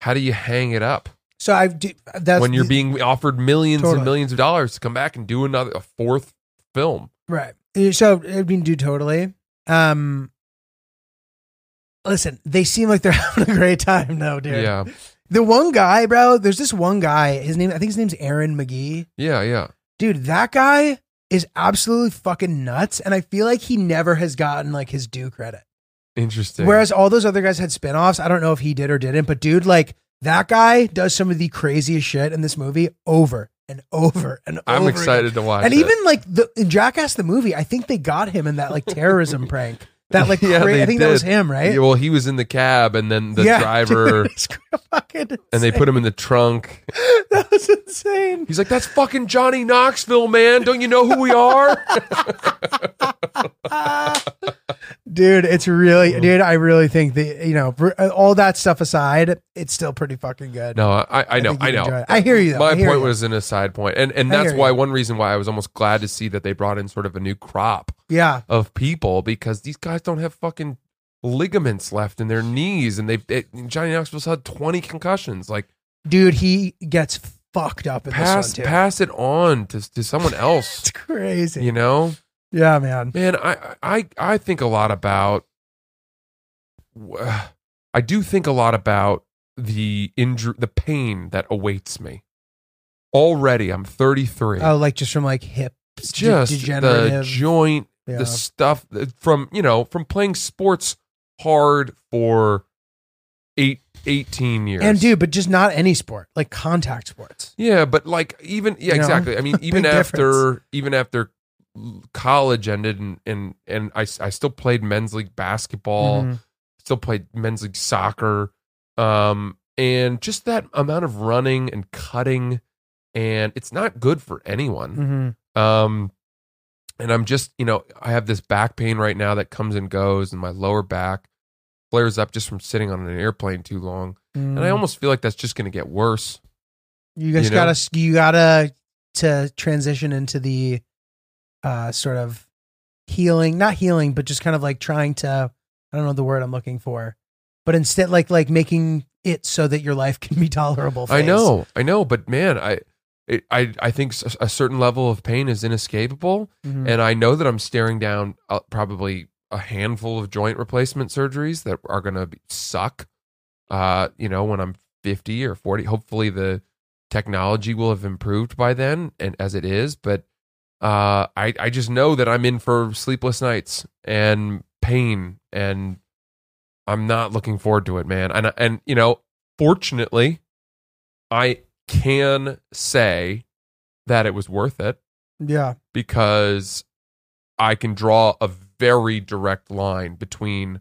G: how do you hang it up
F: So I do. That's
G: when you're being offered millions and
F: Totally.
G: millions of dollars to come back and do another, a fourth film?
F: right. Uh, So I mean, do totally. Um, listen, they seem like they're having a great time, though, dude.
G: Yeah.
F: The one guy, bro. There's this one guy. His name, I think his name's Aaron McGee.
G: Yeah. Yeah.
F: dude, that guy is absolutely fucking nuts. And I feel like he never has gotten like his due credit.
G: Interesting.
F: Whereas all those other guys had spinoffs. I don't know if he did or didn't, but dude, like that guy does some of the craziest shit in this movie over and over and over.
G: I'm
F: again.
G: excited to watch.
F: And
G: it.
F: even like the in Jackass the movie, I think they got him in that like terrorism prank. That like
G: Yeah,
F: cra-
G: they
F: I think that was
G: did.
F: him, right?
G: Yeah, well, he was in the cab, and then the
F: Yeah,
G: driver,
F: dude, it's fucking
G: and they put him in the trunk.
F: insane. that was insane.
G: He's like, "That's fucking Johnny Knoxville, man! Don't you know who we are?"
F: Dude, it's
G: Oh.
F: really, dude. I really think that you know, for- uh, all that stuff aside, it's still pretty fucking good.
G: no, I, I know,
F: think
G: I,
F: you'd enjoy
G: know.
F: it. I hear you. Though.
G: My
F: I hear
G: point
F: you.
G: was an aside point, and and
F: I
G: that's
F: hear
G: why
F: you.
G: one reason why I was almost glad to see that they brought in sort of a new crop
F: yeah,
G: of people because these guys don't have fucking ligaments left in their knees, and they've it, Johnny Knoxville's had twenty concussions. Like,
F: dude, he gets fucked up in
G: pass
F: this one too.
G: pass it on to to someone else.
F: It's crazy.
G: you know.
F: yeah, man.
G: Man, I I I think a lot about. I do think a lot about the injury, the pain that awaits me. Already, I'm 33.
F: Oh, like just from like hips, de-
G: Just the
F: degenerative.
G: joint,
F: yeah.
G: the stuff that- from you know from playing sports hard for eight 18 years.
F: and dude, but just not any sport, like contact sports.
G: Yeah, but like even yeah,
F: You know?
G: exactly. I mean, even
F: Big
G: after
F: difference.
G: even after college ended and and and I I still played men's league basketball,
F: Mhm.
G: still played men's league soccer, um, and just that amount of running and cutting, and it's not good for anyone.
F: Mhm.
G: Um, and I'm just, you know, I have this back pain right now that comes and goes in my lower back. flares up just from sitting on an airplane too long. And I
F: Mm.
G: almost feel like that's just going to get worse.
F: you guys
G: you know?
F: gotta you gotta to transition into the uh sort of healing, not healing, but just kind of like trying to I don't know the word I'm looking for, but instead like like making it so that your life can be tolerable.
G: I
F: phase.
G: know, I know, but man, I, it, I, I think s- a certain level of pain is inescapable,
F: Mhm.
G: and I know that I'm staring down uh, probably a handful of joint replacement surgeries that are going to suck. Uh, you know, when I'm 50 or 40, hopefully the technology will have improved by then, and as it is, but uh, I, I just know that I'm in for sleepless nights and pain, and I'm not looking forward to it, man. And and you know, fortunately, I can say that it was worth it
F: Yeah.
G: because I can draw a very direct line between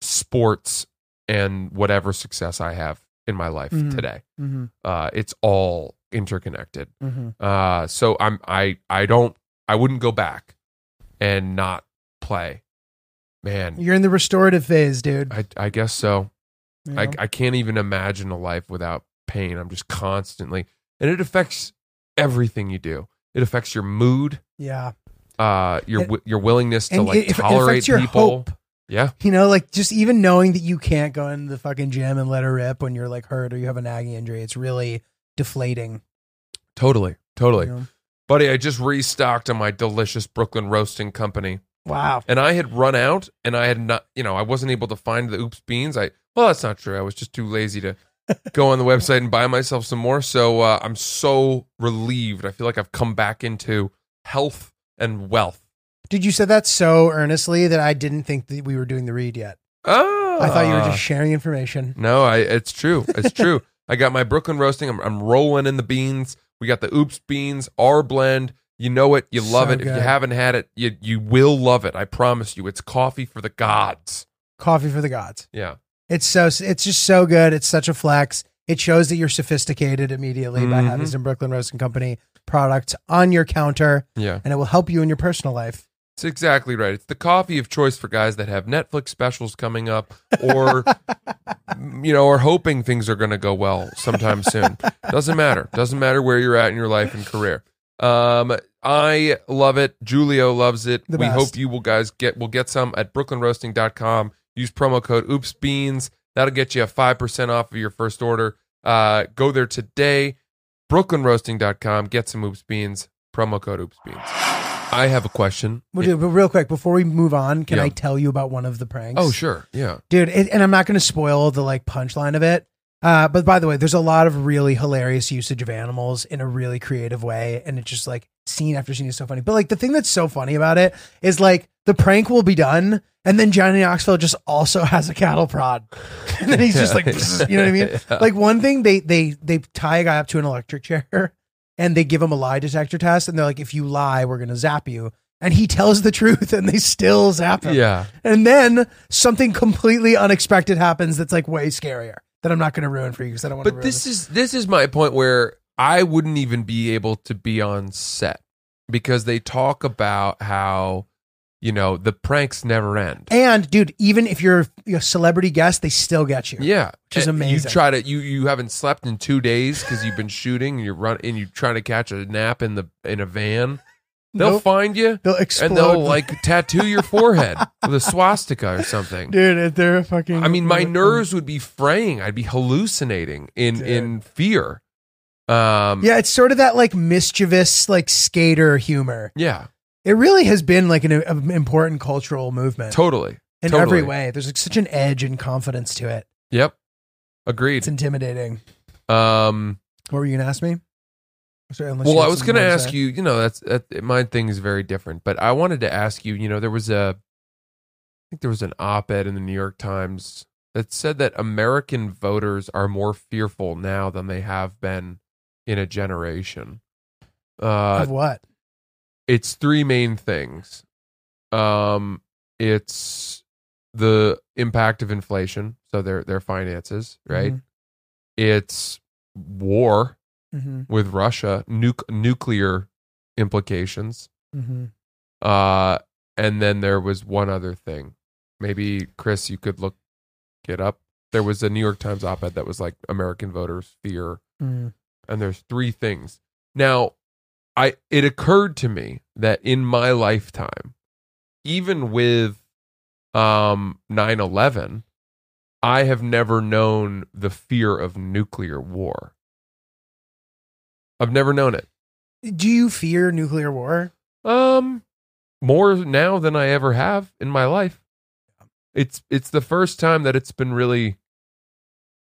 G: sports and whatever success I have in my life
F: Mhm.
G: today.
F: Mm-hmm.
G: Uh, it's all interconnected.
F: Mm-hmm.
G: Uh, so I'm I I don't I wouldn't go back and not play. Man,
F: You're in the restorative phase, dude.
G: I I guess so.
F: You
G: I,
F: know?
G: I can't even imagine a life without pain. I'm just constantly, and it affects everything you do. It affects your mood,
F: yeah.
G: uh, your
F: It-
G: wi- your willingness to
F: and
G: like
F: it- it
G: tolerate
F: affects your
G: people.
F: hope.
G: Yeah,
F: You know, like just even knowing that you can't go into the fucking gym and let her rip when you're like hurt or you have a nagging injury, it's really deflating.
G: totally,
F: you
G: totally,
F: know?
G: buddy. I just restocked on my delicious Brooklyn Roasting Company,
F: Wow.
G: and I had run out, and I had not, you know, I wasn't able to find the oops beans. I well, that's not true. I was just too lazy to go on the website and buy myself some more. So uh, I'm so relieved. I feel like I've come back into health and wealth.
F: Did you say that so earnestly that I didn't think that we were doing the read yet?
G: Oh,
F: I thought you were just sharing information.
G: No, I. It's true. It's true. I got my Brooklyn roasting. I'm, I'm rolling in the beans. We got the Oops beans, our blend. You know it. You love
F: So
G: it. If you
F: good.
G: haven't had it, you you will love it. I promise you. It's coffee for the gods.
F: Coffee for the gods.
G: Yeah.
F: It's so it's just so good. It's such a flex. It shows that you're sophisticated immediately by
G: Mhm.
F: having some Brooklyn Roasting Company products on your counter,
G: Yeah.
F: and it will help you in your personal life.
G: It's exactly right. It's the coffee of choice for guys that have Netflix specials coming up or you know, are hoping things are going to go well sometime soon. Doesn't matter. Doesn't matter where you're at in your life and career. Um, I love it. Julio loves it.
F: The
G: we
F: best.
G: hope you will guys get will get some at brooklynroasting.com. Use promo code oopsbeans. That'll get you a 5% off of your first order. Uh, go there today. brooklynroasting.com. Get some oops beans. Promo code oopsbeans. I have a question.
F: Well, dude, but real quick before we move on, can
G: Yeah.
F: I tell you about one of the pranks?
G: Oh, sure. Yeah.
F: dude it, and i'm not going to spoil the like punchline of it uh, but by the way there's a lot of really hilarious usage of animals in a really creative way and it's just like scene after scene is so funny but like the thing that's so funny about it is like the prank will be done and then johnny knoxville just also has a cattle prod and then he's just like you know what i mean like one thing they they they tie a guy up to an electric chair and they give him a lie detector test and they're like if you lie we're going to zap you and he tells the truth and they still zap him
G: Yeah.
F: and then something completely unexpected happens that's like way scarier that I'm not going to ruin for you because I don't want to.
G: but this is this is my point where I wouldn't even be able to be on set because they talk about how you know the pranks never end.
F: and dude, even if you're a celebrity guest, they still get you.
G: yeah,
F: Which is
G: And You
F: amazing.
G: try to you you haven't slept in two days because you've been shooting and you're run and you trying to catch a nap in the in a van. They'll
F: Nope.
G: find you
F: They'll explode.
G: and they'll like tattoo your forehead with a swastika or something.
F: dude, they're fucking.
G: I mean, my nerves would be fraying. I'd be hallucinating in
F: Dude.
G: in fear. Um,
F: Yeah, it's sort of that like mischievous like skater humor.
G: yeah,
F: It really has been like an, an important cultural movement
G: totally.
F: in
G: totally.
F: every way. There's like such an edge and confidence to it.
G: Yep,
F: It's
G: agreed.
F: intimidating.
G: Um,
F: What were you gonna ask me? Sorry, unless
G: well,
F: you
G: I
F: had
G: was
F: something
G: going to
F: more
G: ask
F: say.
G: you. You know, that's that, my thing is very different, but I wanted to ask you. You know, there was a, I think there was an op-ed in the New York Times that said that American voters are more fearful now than they have been in a generation. Uh,
F: of what?
G: it's three main things. Um, it's the impact of inflation, so their their finances, right?
F: Mhm.
G: It's war
F: Mm-hmm.
G: with Russia, nuc- nuclear implications.
F: Mm-hmm.
G: Uh, and then there was one other thing. Maybe Chris, you could look get up. There was a New York Times op-ed that was like American voters fear,
F: mm.
G: and there's three things. Now, I it occurred to me that in my lifetime, even with um 9/11, I have never known the fear of nuclear war. I've never known it.
F: Eh, Do you fear nuclear war?
G: Um, more now than I ever have in my life. It's it's the first time that it's been really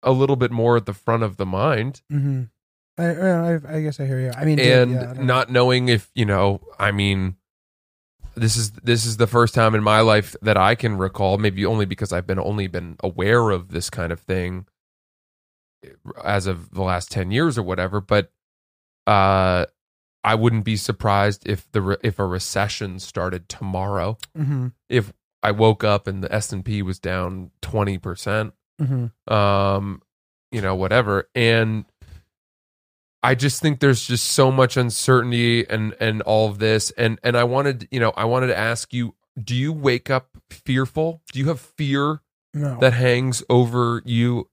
G: a little bit more at the front of the mind,
F: Mm-hmm. I, I, I guess I hear you. I mean,
G: and
F: yeah, I don't-
G: not knowing if you know. I mean, this is this is the first time in my life that I can recall. Maybe only because I've been only been aware of this kind of thing eh, as of the last ten years or whatever. But uh, I wouldn't be surprised if the re- if a recession started tomorrow.
F: Mhm,
G: if I woke up and the S and P was down twenty percent,
F: mhm.
G: um, you know, whatever. And I just think there's just so much uncertainty and and all of this. And and I wanted, you know, I wanted to ask you: Do you wake up fearful? Do you have fear
F: No,
G: that hangs over you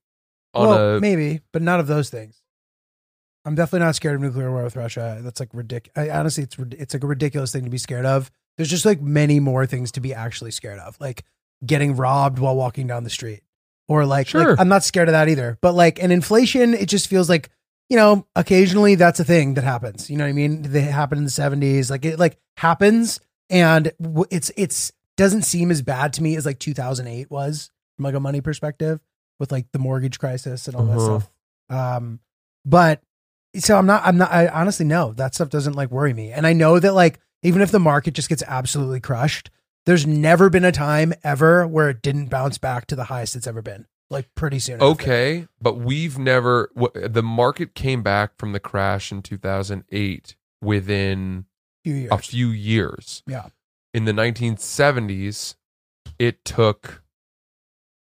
G: on
F: well,
G: a?
F: maybe, but not of those things. I'm definitely not scared of nuclear war with Russia. That's like ridiculous. Honestly, it's rid- it's like a ridiculous thing to be scared of. There's just like many more things to be actually scared of, like getting robbed while walking down the street, or like, like,
G: Sure.
F: I'm not scared of that either. But like, an inflation, it just feels like you know, occasionally that's a thing that happens. You know what I mean? They happened in the 70s. Like it like happens, and w- it's it's doesn't seem as bad to me as like 2008 was from like a money perspective with like the mortgage crisis and all that
G: Uh-huh.
F: stuff. Um, but so I'm not, I'm not, I honestly know that stuff doesn't like worry me. And I know that like, even if the market just gets absolutely crushed, there's never been a time ever where it didn't bounce back to the highest it's ever been. Like pretty soon. after.
G: Okay, but we've never. wh- The market came back from the crash in 2008 within
F: Few years.
G: a few years.
F: Yeah.
G: In the 1970s, it took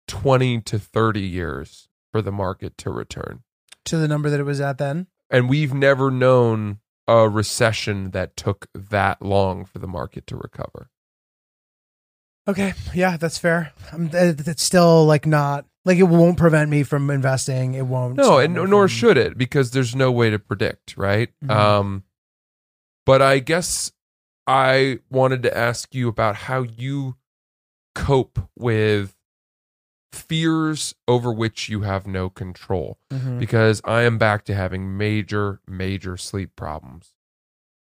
G: 20 to 30 years for the market to return.
F: To the number that it was at then.
G: And we've never known a recession that took that long for the market to recover.
F: Okay, yeah, that's fair. I'm, th- th- it's still like not like it won't prevent me from investing. It won't.
G: No,
F: stop
G: and
F: me
G: nor
F: from-
G: should it because there's no way to predict, right?
F: Mhm.
G: Um but I guess I wanted to ask you about how you cope with fears over which you have no control
F: Mhm.
G: because I am back to having major major sleep problems.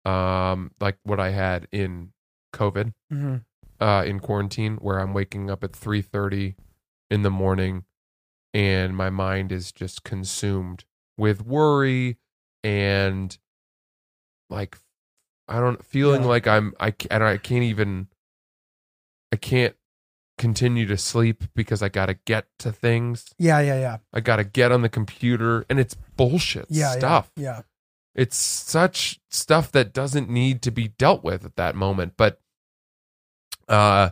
G: Um like what I had in COVID
F: Mhm.
G: uh, in quarantine where I'm waking up at 3:30 in the morning and my mind is just consumed with worry and like I don't feeling
F: Yeah.
G: like I'm I ca- I, don't, I can't even I can't continue to sleep because I got to get to things.
F: Yeah, yeah, yeah,
G: I got to get on the computer and it's bullshit
F: yeah, yeah,
G: stuff
F: Yeah,
G: it's such stuff that doesn't need to be dealt with at that moment but uh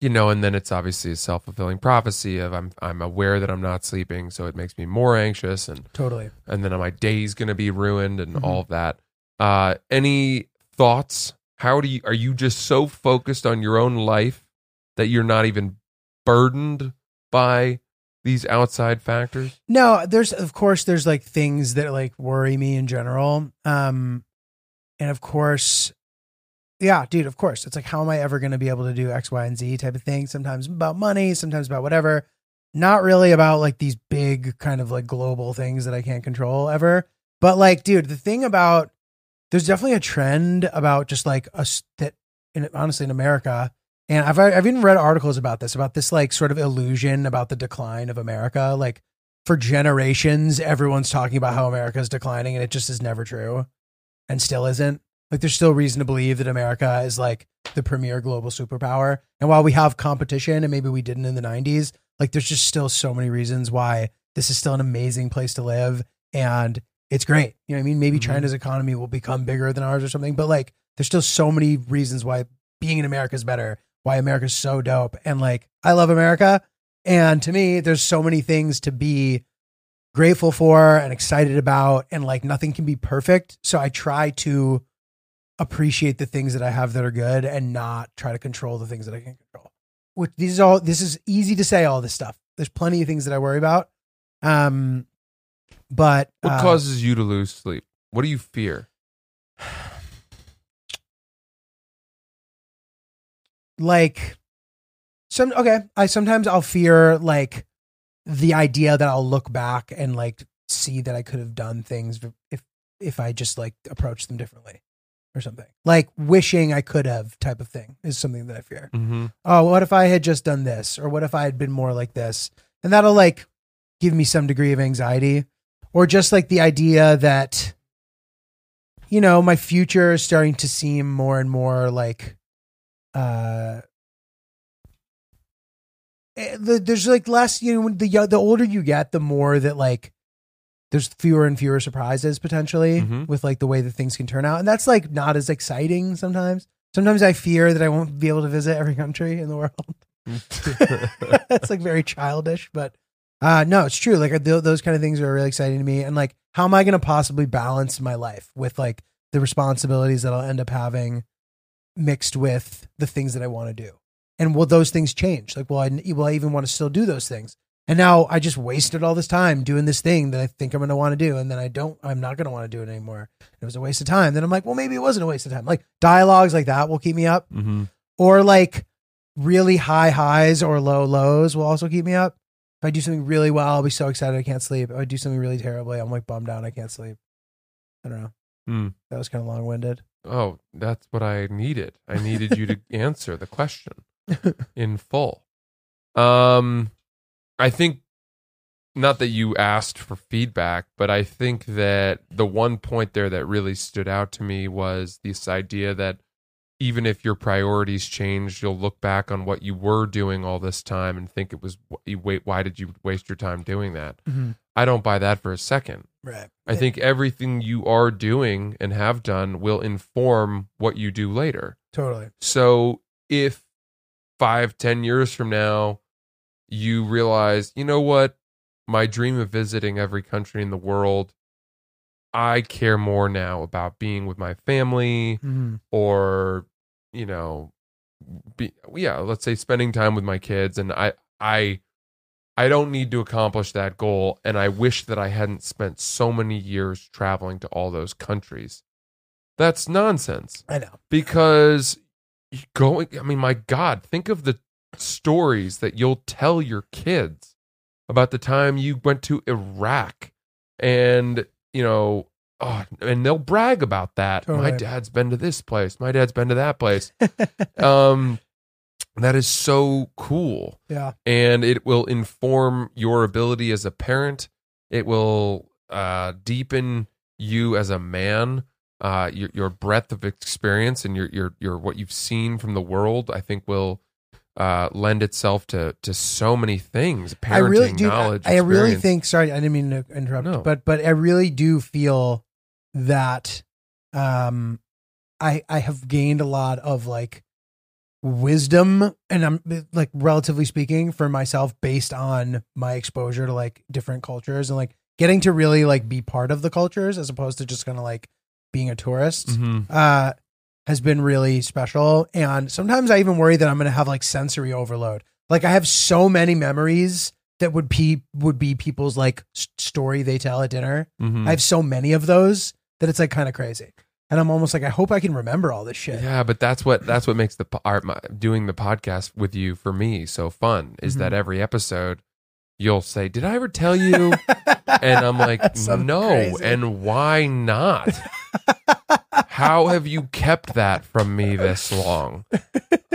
G: you know and then it's obviously a self-fulfilling prophecy of i'm i'm aware that i'm not sleeping so it makes me more anxious and
F: totally.
G: and then my day's going to be ruined and
F: Mhm.
G: all of that uh any thoughts how do you are you just so focused on your own life that you're not even burdened by these outside factors
F: No, there's of course there's like things that like worry me in general. Um, and of course, yeah, dude, of course, it's like how am I ever going to be able to do X, Y, and Z type of thing? Sometimes about money, sometimes about whatever. Not really about like these big kind of like global things that I can't control ever. But like, dude, the thing about there's definitely a trend about just like us that in, honestly in America. And I've I've even read articles about this about this like sort of illusion about the decline of America. Like for generations, everyone's talking about how America is declining, and it just is never true, and still isn't. Like there's still reason to believe that America is like the premier global superpower. And while we have competition, and maybe we didn't in the '90s, like there's just still so many reasons why this is still an amazing place to live, and it's great. You know what I mean? Maybe
G: Mhm.
F: China's economy will become bigger than ours or something, but like there's still so many reasons why being in America is better, why America's so dope. And like, I love America. And to me, there's so many things to be grateful for and excited about. And like, nothing can be perfect. So I try to appreciate the things that I have that are good and not try to control the things that I can control. Which these are all, this is easy to say all this stuff. There's plenty of things that I worry about. Um, but
G: What
F: uh,
G: causes you to lose sleep? What do you fear?
F: like some okay i sometimes i'll fear like the idea that i'll look back and like see that i could have done things if if i just like approached them differently or something like wishing i could have type of thing is something that i fear
G: Mm-hmm.
F: oh what if i had just done this or what if i had been more like this and that'll like give me some degree of anxiety or just like the idea that you know my future is starting to seem more and more like uh eh, the- there's like less you know when the yo- the older you get the more that like there's fewer and fewer surprises potentially
G: Mhm.
F: with like the way that things can turn out and that's like not as exciting sometimes sometimes i fear that i won't be able to visit every country in the world that's like very childish, but uh, no, it's true. Like th- those kind of things are really exciting to me. And like, how am I going to possibly balance my life with like the responsibilities that I'll end up having mixed with the things that I want to do? And will those things change? Like, will I, will I even want to still do those things? And now I just wasted all this time doing this thing that I think I'm going to want to do. And then I don't, I'm not going to want to do it anymore. It was a waste of time. Then I'm like, well, maybe it wasn't a waste of time. Like dialogues like that will keep me up
G: Mm-hmm.
F: or like really high highs or low lows will also keep me up. If I do something really well, I'll be so excited I can't sleep. If I do something really terribly, I'm like bummed out I can't sleep. I don't know.
G: Hmm.
F: That was kind of long winded.
G: Oh, that's what I needed. I needed you to answer the question in full. Um, I think not that you asked for feedback, but I think that the one point there that really stood out to me was this idea that even if your priorities change, you'll look back on what you were doing all this time and think it was you wait. Why did you waste your time doing that? I don't buy that for a second.
F: Right.
G: I think everything you are doing and have done will inform what you do later.
F: Totally.
G: So if five, ten years from now, you realize, you know what, my dream of visiting every country in the world, I care more now about being with my family or, you know, be, yeah, let's say spending time with my kids, and I, I, I don't need to accomplish that goal, and I wish that I hadn't spent so many years traveling to all those countries. That's nonsense
F: I know.
G: because you going i mean my god think of the stories that you'll tell your kids about the time you went to iraq and you know oh, and they'll brag about that my
F: Totally.
G: dad's been to this place my dad's been to that place um that is so cool
F: Yeah.
G: and it will inform your ability as a parent. It will uh, deepen you as a man, uh, your, your breadth of experience and your, your your what you've seen from the world. I think will uh, lend itself to to so many things. Parenting
F: I really do.
G: knowledge.
F: I, I really
G: experience.
F: think. Sorry, I didn't mean to interrupt.
G: No.
F: But but I really do feel that um, I I have gained a lot of like wisdom, and I'm like relatively speaking for myself based on my exposure to like different cultures and like getting to really like be part of the cultures as opposed to just kind of like being a tourist
G: Mhm.
F: uh, has been really special. And sometimes I even worry that I'm going to have like sensory overload. Like I have so many memories that would be would be people's like s- story they tell at dinner.
G: Mhm.
F: I have so many of those that it's like kind of crazy. And I'm almost like I hope I can remember all this shit.
G: Yeah, but that's what that's what makes the po- our, my, doing the podcast with you for me so fun is
F: Mm-hmm.
G: that every episode you'll say, "Did I ever tell you?" and I'm like,
F: Something
G: "No."
F: crazy.
G: And why not? How have you kept that from me this long?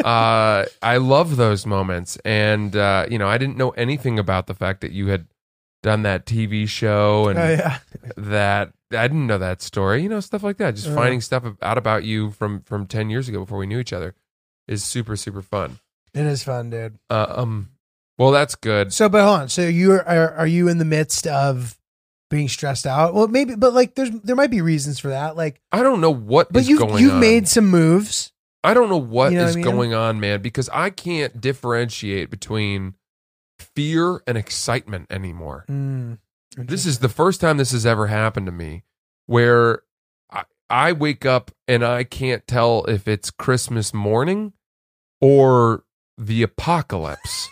G: Uh, I love those moments, and uh, you know, I didn't know anything about the fact that you had done that TV show and
F: Oh, yeah.
G: that I didn't know that story. You know, stuff like that. Just
F: Yeah.
G: finding stuff out about you from from ten years ago before we knew each other is super super fun.
F: It is fun, dude.
G: Uh, um, well, that's good.
F: So, but hold on. So you are, are are you in the midst of being stressed out? Well, maybe, but like there's there might be reasons for that. Like,
G: I don't know what
F: but
G: is
F: you've
G: going
F: you've
G: on.
F: made some moves.
G: I don't know what is
F: You know what I mean?
G: going on, man, because I can't differentiate between fear and excitement anymore.
F: Mm,
G: This is the first time this has ever happened to me where I, I wake up and I can't tell if it's Christmas morning or the apocalypse.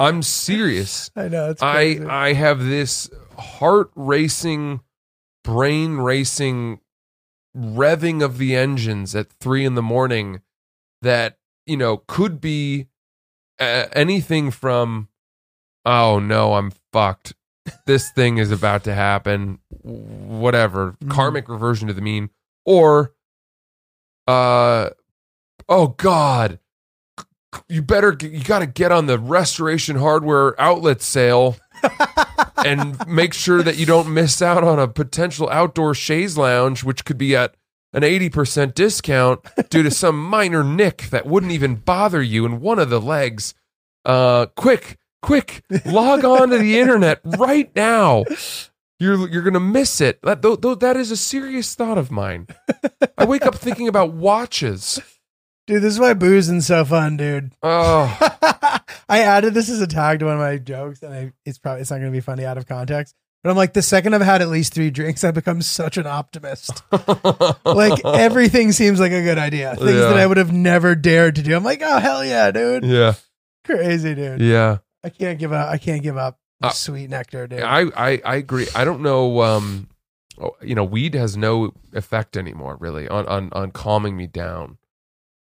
G: I'm serious.
F: I know. It's
G: I
F: crazy.
G: I have this heart racing, brain racing, revving of the engines at three in the morning that you know could be uh, anything from oh no I'm fucked this thing is about to happen whatever karmic reversion to the mean or uh oh god you better you got to get on the restoration hardware outlet sale and make sure that you don't miss out on a potential outdoor chaise lounge which could be at an 80% discount due to some minor nick that wouldn't even bother you in one of the legs uh quick quick log on to the internet right now you're you're gonna miss it that though, though that is a serious thought of mine i wake up thinking about watches
F: dude, this is why boozing's so fun, dude.
G: oh
F: I added this as a tag to one of my jokes, and I, it's probably it's not going to be funny out of context. But I'm like, the second I've had at least three drinks, I become such an optimist. like everything seems like a good idea. Things
G: Yeah.
F: that I would have never dared to do. I'm like, oh hell yeah, dude!
G: yeah
F: Crazy dude.
G: yeah
F: I can't give up. I can't give up.
G: Uh,
F: Sweet nectar, dude.
G: I, I I agree. I don't know. Um, oh, you know, weed has no effect anymore, really, on on, on calming me down.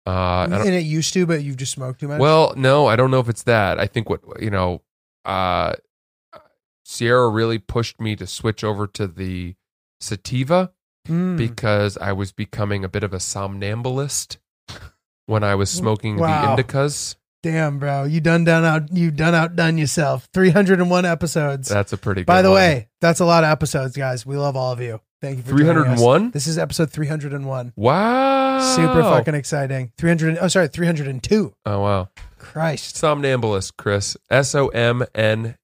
G: Uh, I don't-
F: and it used to, but you've just smoked too much.
G: well, no, I don't know if it's that. I think what you know, uh, Sierra really pushed me to switch over to the sativa
F: Mm.
G: because I was becoming a bit of a somnambulist when I was smoking
F: Wow.
G: the indicas.
F: damn, bro, you done done out. You done outdone yourself. Three hundred and one episodes.
G: That's a pretty. good
F: By the
G: one.
F: way, that's a lot of episodes, guys. We love all of you. Thank you for joining us.
G: 301?
F: This is episode 301.
G: wow,
F: Super fucking exciting. 300 Oh, sorry, 302.
G: Oh wow.
F: Christ.
G: Somnambulist, Chris. S O M N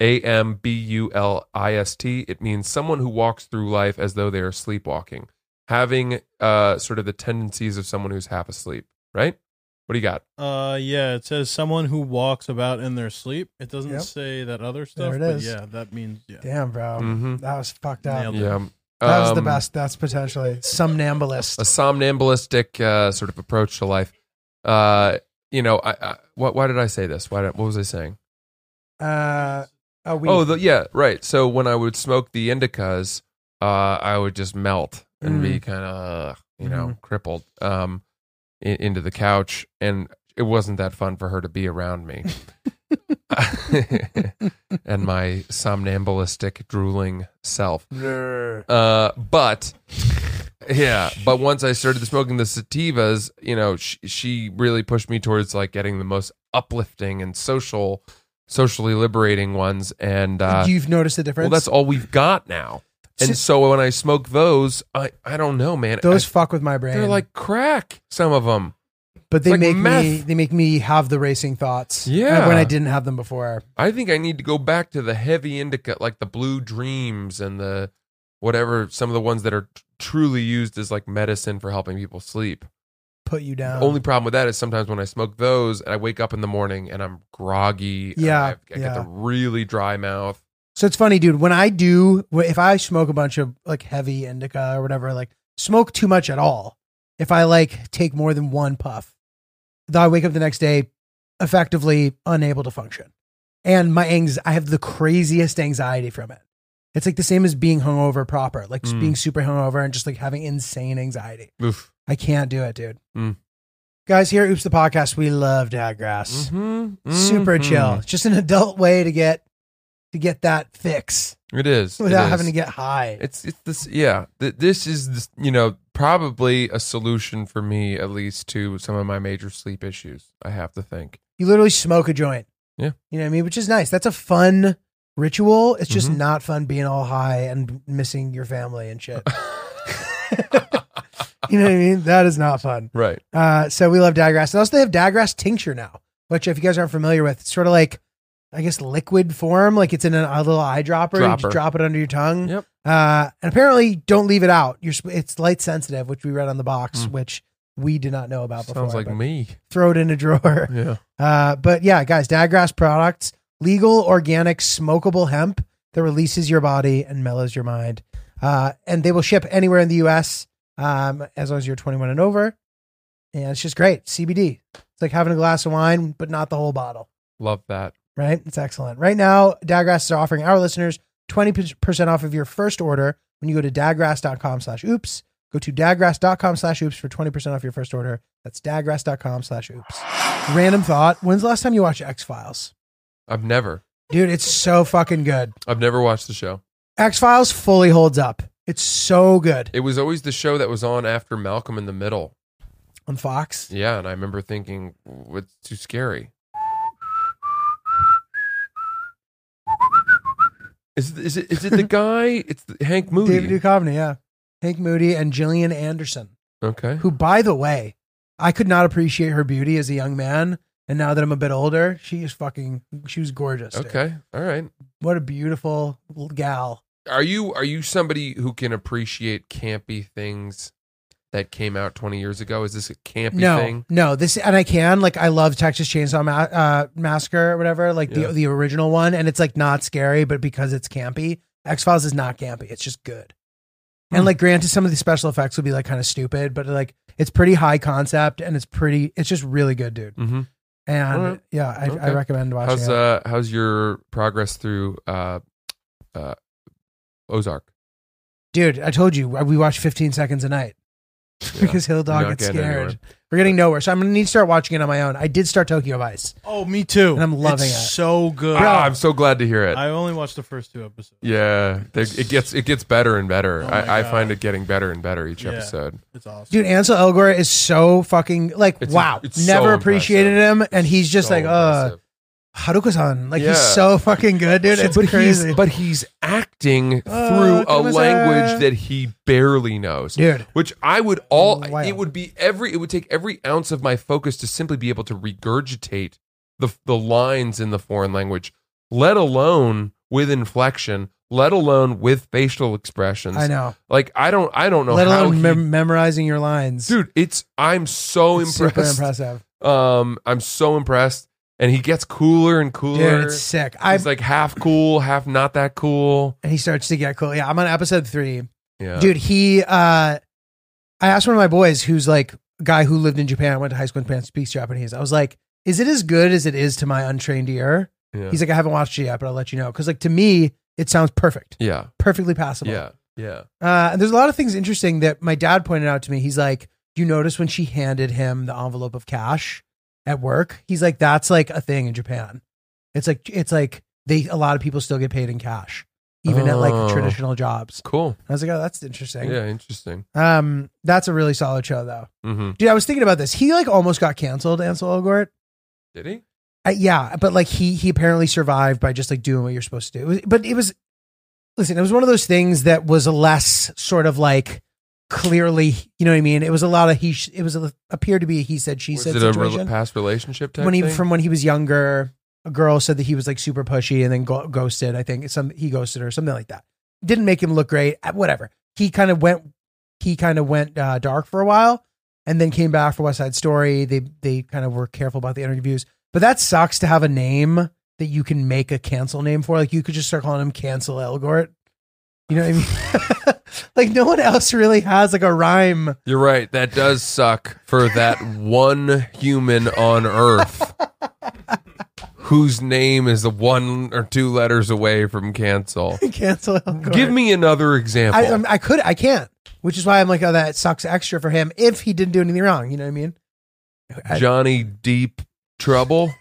G: A M B U L I S T. It means someone who walks through life as though they are sleepwalking, having uh, sort of the tendencies of someone who's half asleep, right? What do you got?
C: Uh, yeah, it says someone who walks about in their sleep. It doesn't
F: Yep.
C: say that other
F: There
C: stuff,
F: it
C: but
F: is.
C: yeah, that means yeah.
F: Damn, bro.
G: Mhm.
F: That was fucked up.
C: Um, Nailed it.
G: Yeah.
F: That was the
G: um,
F: best. That's potentially somnambulist.
G: A somnambulistic uh, sort of approach to life. Uh, you know, I, I, why, why did I say this? Why, did- what was I saying?
F: Uh, a weed.
G: Oh, the, yeah, right. So when I would smoke the indicas, uh, I would just melt and be kind of, you know, crippled um, i into the couch. And it wasn't that fun for her to be around me. and my somnambulistic, drooling self. Uh, but yeah, but once I started smoking the sativas, you know, she, she really pushed me towards like getting the most uplifting and social, socially liberating ones. And uh,
F: You've noticed the difference?
G: well, that's all we've got now. And
F: S-
G: so when I smoke those, I I don't know, man.
F: Those
G: I-
F: fuck with my brain.
G: they're like crack. Some of them.
F: but they
G: like
F: make me
G: meth.
F: they make me have the racing thoughts.
G: Yeah.
F: when I didn't have them before.
G: I think I need to go back to the heavy indica, like the Blue Dreams and the whatever. Some of the ones that are t- truly used as like medicine for helping people sleep.
F: Put you down.
G: Only problem with that is sometimes when I smoke those, and I wake up in the morning and I'm groggy. and
F: Yeah,
G: I, I get
F: yeah.
G: the really dry mouth.
F: So it's funny, dude. When I do, wh- if I smoke a bunch of like heavy indica or whatever, like smoke too much at all, if I like take more than one puff, then I wake up the next day effectively unable to function. And my anx, I have the craziest anxiety from it. It's like the same as being hungover proper, like just
G: Mm.
F: being super hungover and just like having insane anxiety.
G: Oof.
F: I can't do it, dude.
G: Mm.
F: Guys, here at Oops the Podcast, we love to have grass
G: Mm-hmm.
F: super chill. It's just an adult way to get to get that fix
G: It is it
F: without
G: is.
F: having to get high.
G: It's it's this yeah. Th- this is this, you know probably a solution for me at least to some of my major sleep issues. I have to think.
F: You literally smoke a joint.
G: Yeah.
F: You know what I mean? Which is nice. That's a fun ritual. It's just
G: Mhm.
F: not fun being all high and missing your family and shit. you know what I mean? That is not fun.
G: Right.
F: Uh, so we love digrass. And also they have digrass tincture now, which if you guys aren't familiar with, it's sort of like I guess liquid form, like it's in an- a little eyedropper. You
G: Dropper.
F: just drop it under your tongue.
G: Yep.
F: Uh, and apparently, don't leave it out. You're sp- it's light sensitive, which we read on the box,
G: Mm.
F: which we did not know about before.
G: Sounds like
F: but
G: me.
F: Throw it in a drawer.
G: Yeah.
F: Uh, but yeah, guys, Diagrass products, legal, organic, smokable hemp that releases your body and mellows your mind. Uh, and they will ship anywhere in the U.S. Um, as long as you're 21 and over. And it's just great. CBD. It's like having a glass of wine, but not the whole bottle.
G: Love that.
F: right? It's excellent. Right now, Dadgrass is offering our listeners 20% off of your first order when you go to dadgrass.com slash oops. Go to dadgrass.com slash oops for 20% off your first order. That's dadgrass.com slash oops. Random thought. When's the last time you watched X-Files?
G: I've never,
F: Dude, it's so fucking good.
G: I've never watched the show.
F: X-Files fully holds up. It's so good.
G: It was always the show that was on after Malcolm in the Middle.
F: On Fox.
G: Yeah, and I remember thinking, "W- it's too scary. Is it, is it is it the guy? It's the, Hank Moody.
F: David Duchovny, yeah. Hank Moody and Gillian Anderson.
G: Okay.
F: who by the way i could not appreciate her beauty as a young man and now that i'm a bit older she is fucking she was gorgeous dude.
G: Okay. All right.
F: what a beautiful l- gal
G: Are you are you somebody who can appreciate campy things that came out 20 years ago? Is this a campy
F: no
G: thing?
F: no this and i can like i love texas chainsaw Ma- uh, massacre or whatever like
G: Yeah.
F: the, the original one and it's like not scary but because it's campy x-files is not campy it's just good
G: Hmm.
F: and like granted some of the special effects would be like kind of stupid but like it's pretty high concept and it's pretty it's just really good dude
G: Mm-hmm.
F: and
G: Alright.
F: yeah I, I
G: Okay.
F: recommend watching
G: How's
F: it
G: uh how's your progress through uh uh Ozark?
F: Dude, I told you we watch 15 seconds a night because Hill Dog
G: You're not
F: gets
G: getting
F: scared.
G: anywhere.
F: We're getting nowhere, so I'm gonna need to start watching it on my own. I did start Tokyo Vice.
C: Oh, me too.
F: And I'm loving
C: It's
F: it.
C: So good.
G: Ah, I'm so glad to hear it.
C: I only watched the first two episodes.
G: yeah, they- it gets it gets better and better.
C: Oh my
G: I, I
C: God.
G: find it getting better and better each
C: Yeah.
G: episode.
C: It's awesome.
F: Dude, Ansel Elgort is so fucking like
G: It's-
F: wow.
G: it's so
F: Never appreciated him, and he's just
G: So
F: like, uh,
G: impressive.
F: Haruka-san. Like
G: Yeah.
F: he's so fucking good, dude.
G: So-
F: It's
G: but
F: crazy,
G: he's but he's acting
F: Uh,
G: through a
F: Kumasa.
G: language that he barely knows.
F: dude.
G: Which I would all
F: Wow.
G: it would be every it would take every ounce of my focus to simply be able to regurgitate the the lines in the foreign language, let alone with inflection, let alone with facial expressions.
F: I know.
G: Like I don't I don't know
F: Let
G: how
F: alone
G: he-
F: mem- memorizing your lines,
G: dude, it's I'm so
F: It's
G: impressed.
F: Super impressive,
G: Um I'm so impressed and he gets cooler and cooler.
F: dude. It's sick. I
G: He's like half cool, half not that cool.
F: and he starts to get cool. Yeah, I'm on episode three.
G: Yeah.
F: dude he uh i asked one of my boys who's like a guy who lived in japan went to high school in japan speaks japanese i was like is it as good as it is to my untrained ear
G: Yeah.
F: he's like i haven't watched it yet but i'll let you know because like to me it sounds perfect
G: yeah.
F: perfectly passable
G: Yeah. Yeah.
F: uh, and there's a lot of things interesting that my dad pointed out to me he's like you notice when she handed him the envelope of cash at work he's like that's like a thing in japan it's like it's like they a lot of people still get paid in cash even at
G: Oh.
F: like traditional jobs
G: Cool.
F: i was like oh that's interesting
G: Yeah, interesting.
F: um, that's a really solid show though.
G: Mhm.
F: Dude, I was thinking about this. He like almost got canceled, Ansel Elgort.
G: Did he?
F: Uh, yeah, but like he he apparently survived by just like doing what you're supposed to do. It was- But it was listen, it was one of those things that was less sort of like clearly, you know what I mean? It was a lot of he. sh- It was a, appeared to be a he said she
G: was
F: said
G: it a
F: situation.
G: rela- past relationship type
F: when he
G: thing?
F: from when he was younger, a girl said that he was like super pushy and then go- ghosted. I think some he ghosted her, something like that. Didn't make him look great. uh, Whatever. He kind of went. He kind of went uh, dark for a while, and then came back for West Side Story. They they kind of were careful about the interviews, but that sucks to have a name that you can make a cancel name for. Like you could just start calling him Cancel Elgort. You know what I mean? like no one else really has like a rhyme.
G: You're right. That does suck for that one human on Earth whose name is the one or two letters away from cancel.
F: Cancel Elgort.
G: Give me another example.
F: I, I'm- I could, I can't, which is why I'm like, oh, that sucks extra for him if he didn't do anything wrong. You know what I mean? I-
G: Johnny Deep Trouble.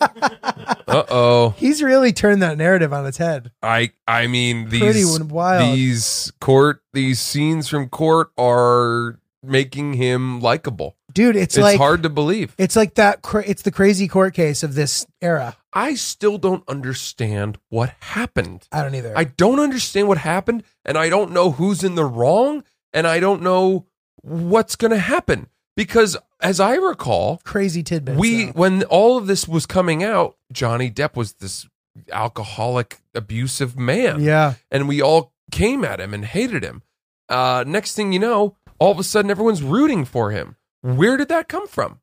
G: uh oh.
F: He's really turned that narrative on its head.
G: I I mean these
F: Pretty wild.
G: these court these scenes from court are making him likable.
F: Dude, it's,
G: It's,
F: like,
G: hard to believe.
F: it's like that, cra- it's the crazy court case of this era.
G: I still don't understand what happened.
F: I don't either.
G: I don't understand what happened, and I don't know who's in the wrong, and I don't know what's going to happen. Because as I recall,
F: crazy tidbit.
G: we when all of this was coming out, Johnny Depp was this alcoholic, abusive man,
F: yeah.
G: and we all came at him and hated him. Uh, next thing you know, all of a sudden, everyone's rooting for him. Where did that come from?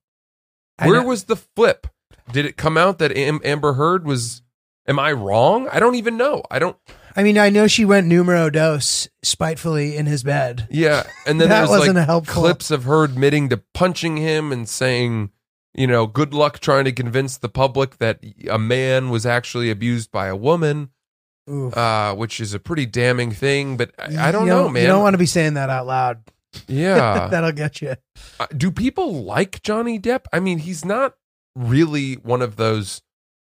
F: I
G: Where
F: know.
G: was the flip? Did it come out that Am- Amber Heard was? Am I wrong? I don't even know. I don't.
F: I mean, I know she went numero dos spitefully in his bed.
G: Yeah, and then
F: That
G: there's
F: wasn't
G: like
F: helpful.
G: clips of her admitting to punching him and saying you know, good luck trying to convince the public that a man was actually abused by a woman,
F: Oof.
G: uh, which is a pretty damning thing. But I, I don't
F: You
G: know, man.
F: You don't want to be saying that out loud.
G: yeah.
F: That'll get you.
G: Uh, do people like Johnny Depp? I mean, he's not really one of those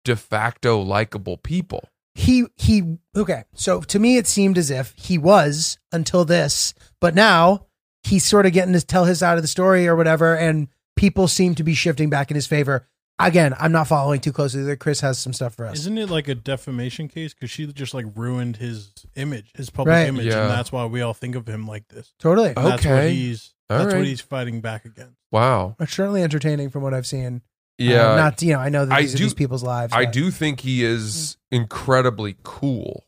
G: de facto likable people.
F: He he. Okay, so to me, it seemed as if he was until this, but now he's sort of getting to tell his side of the story or whatever, and people seem to be shifting back in his favor. Again, I'm not following too closely. There, Chris has some stuff for us.
C: Isn't it like a defamation case? Because she just like ruined his image, his public
F: Right.
C: image,
G: Yeah.
C: and that's why we all think of him like this.
F: totally,
G: Oh.
C: That's what
G: Okay.
C: he's.
G: All
C: that's
G: right.
C: what he's fighting back against.
G: Wow.
F: it's certainly entertaining from what I've seen.
G: Yeah.
F: Uh, not you know. I know that
G: I
F: these are
G: do-
F: these people's lives.
G: I
F: but-
G: do think he is incredibly cool.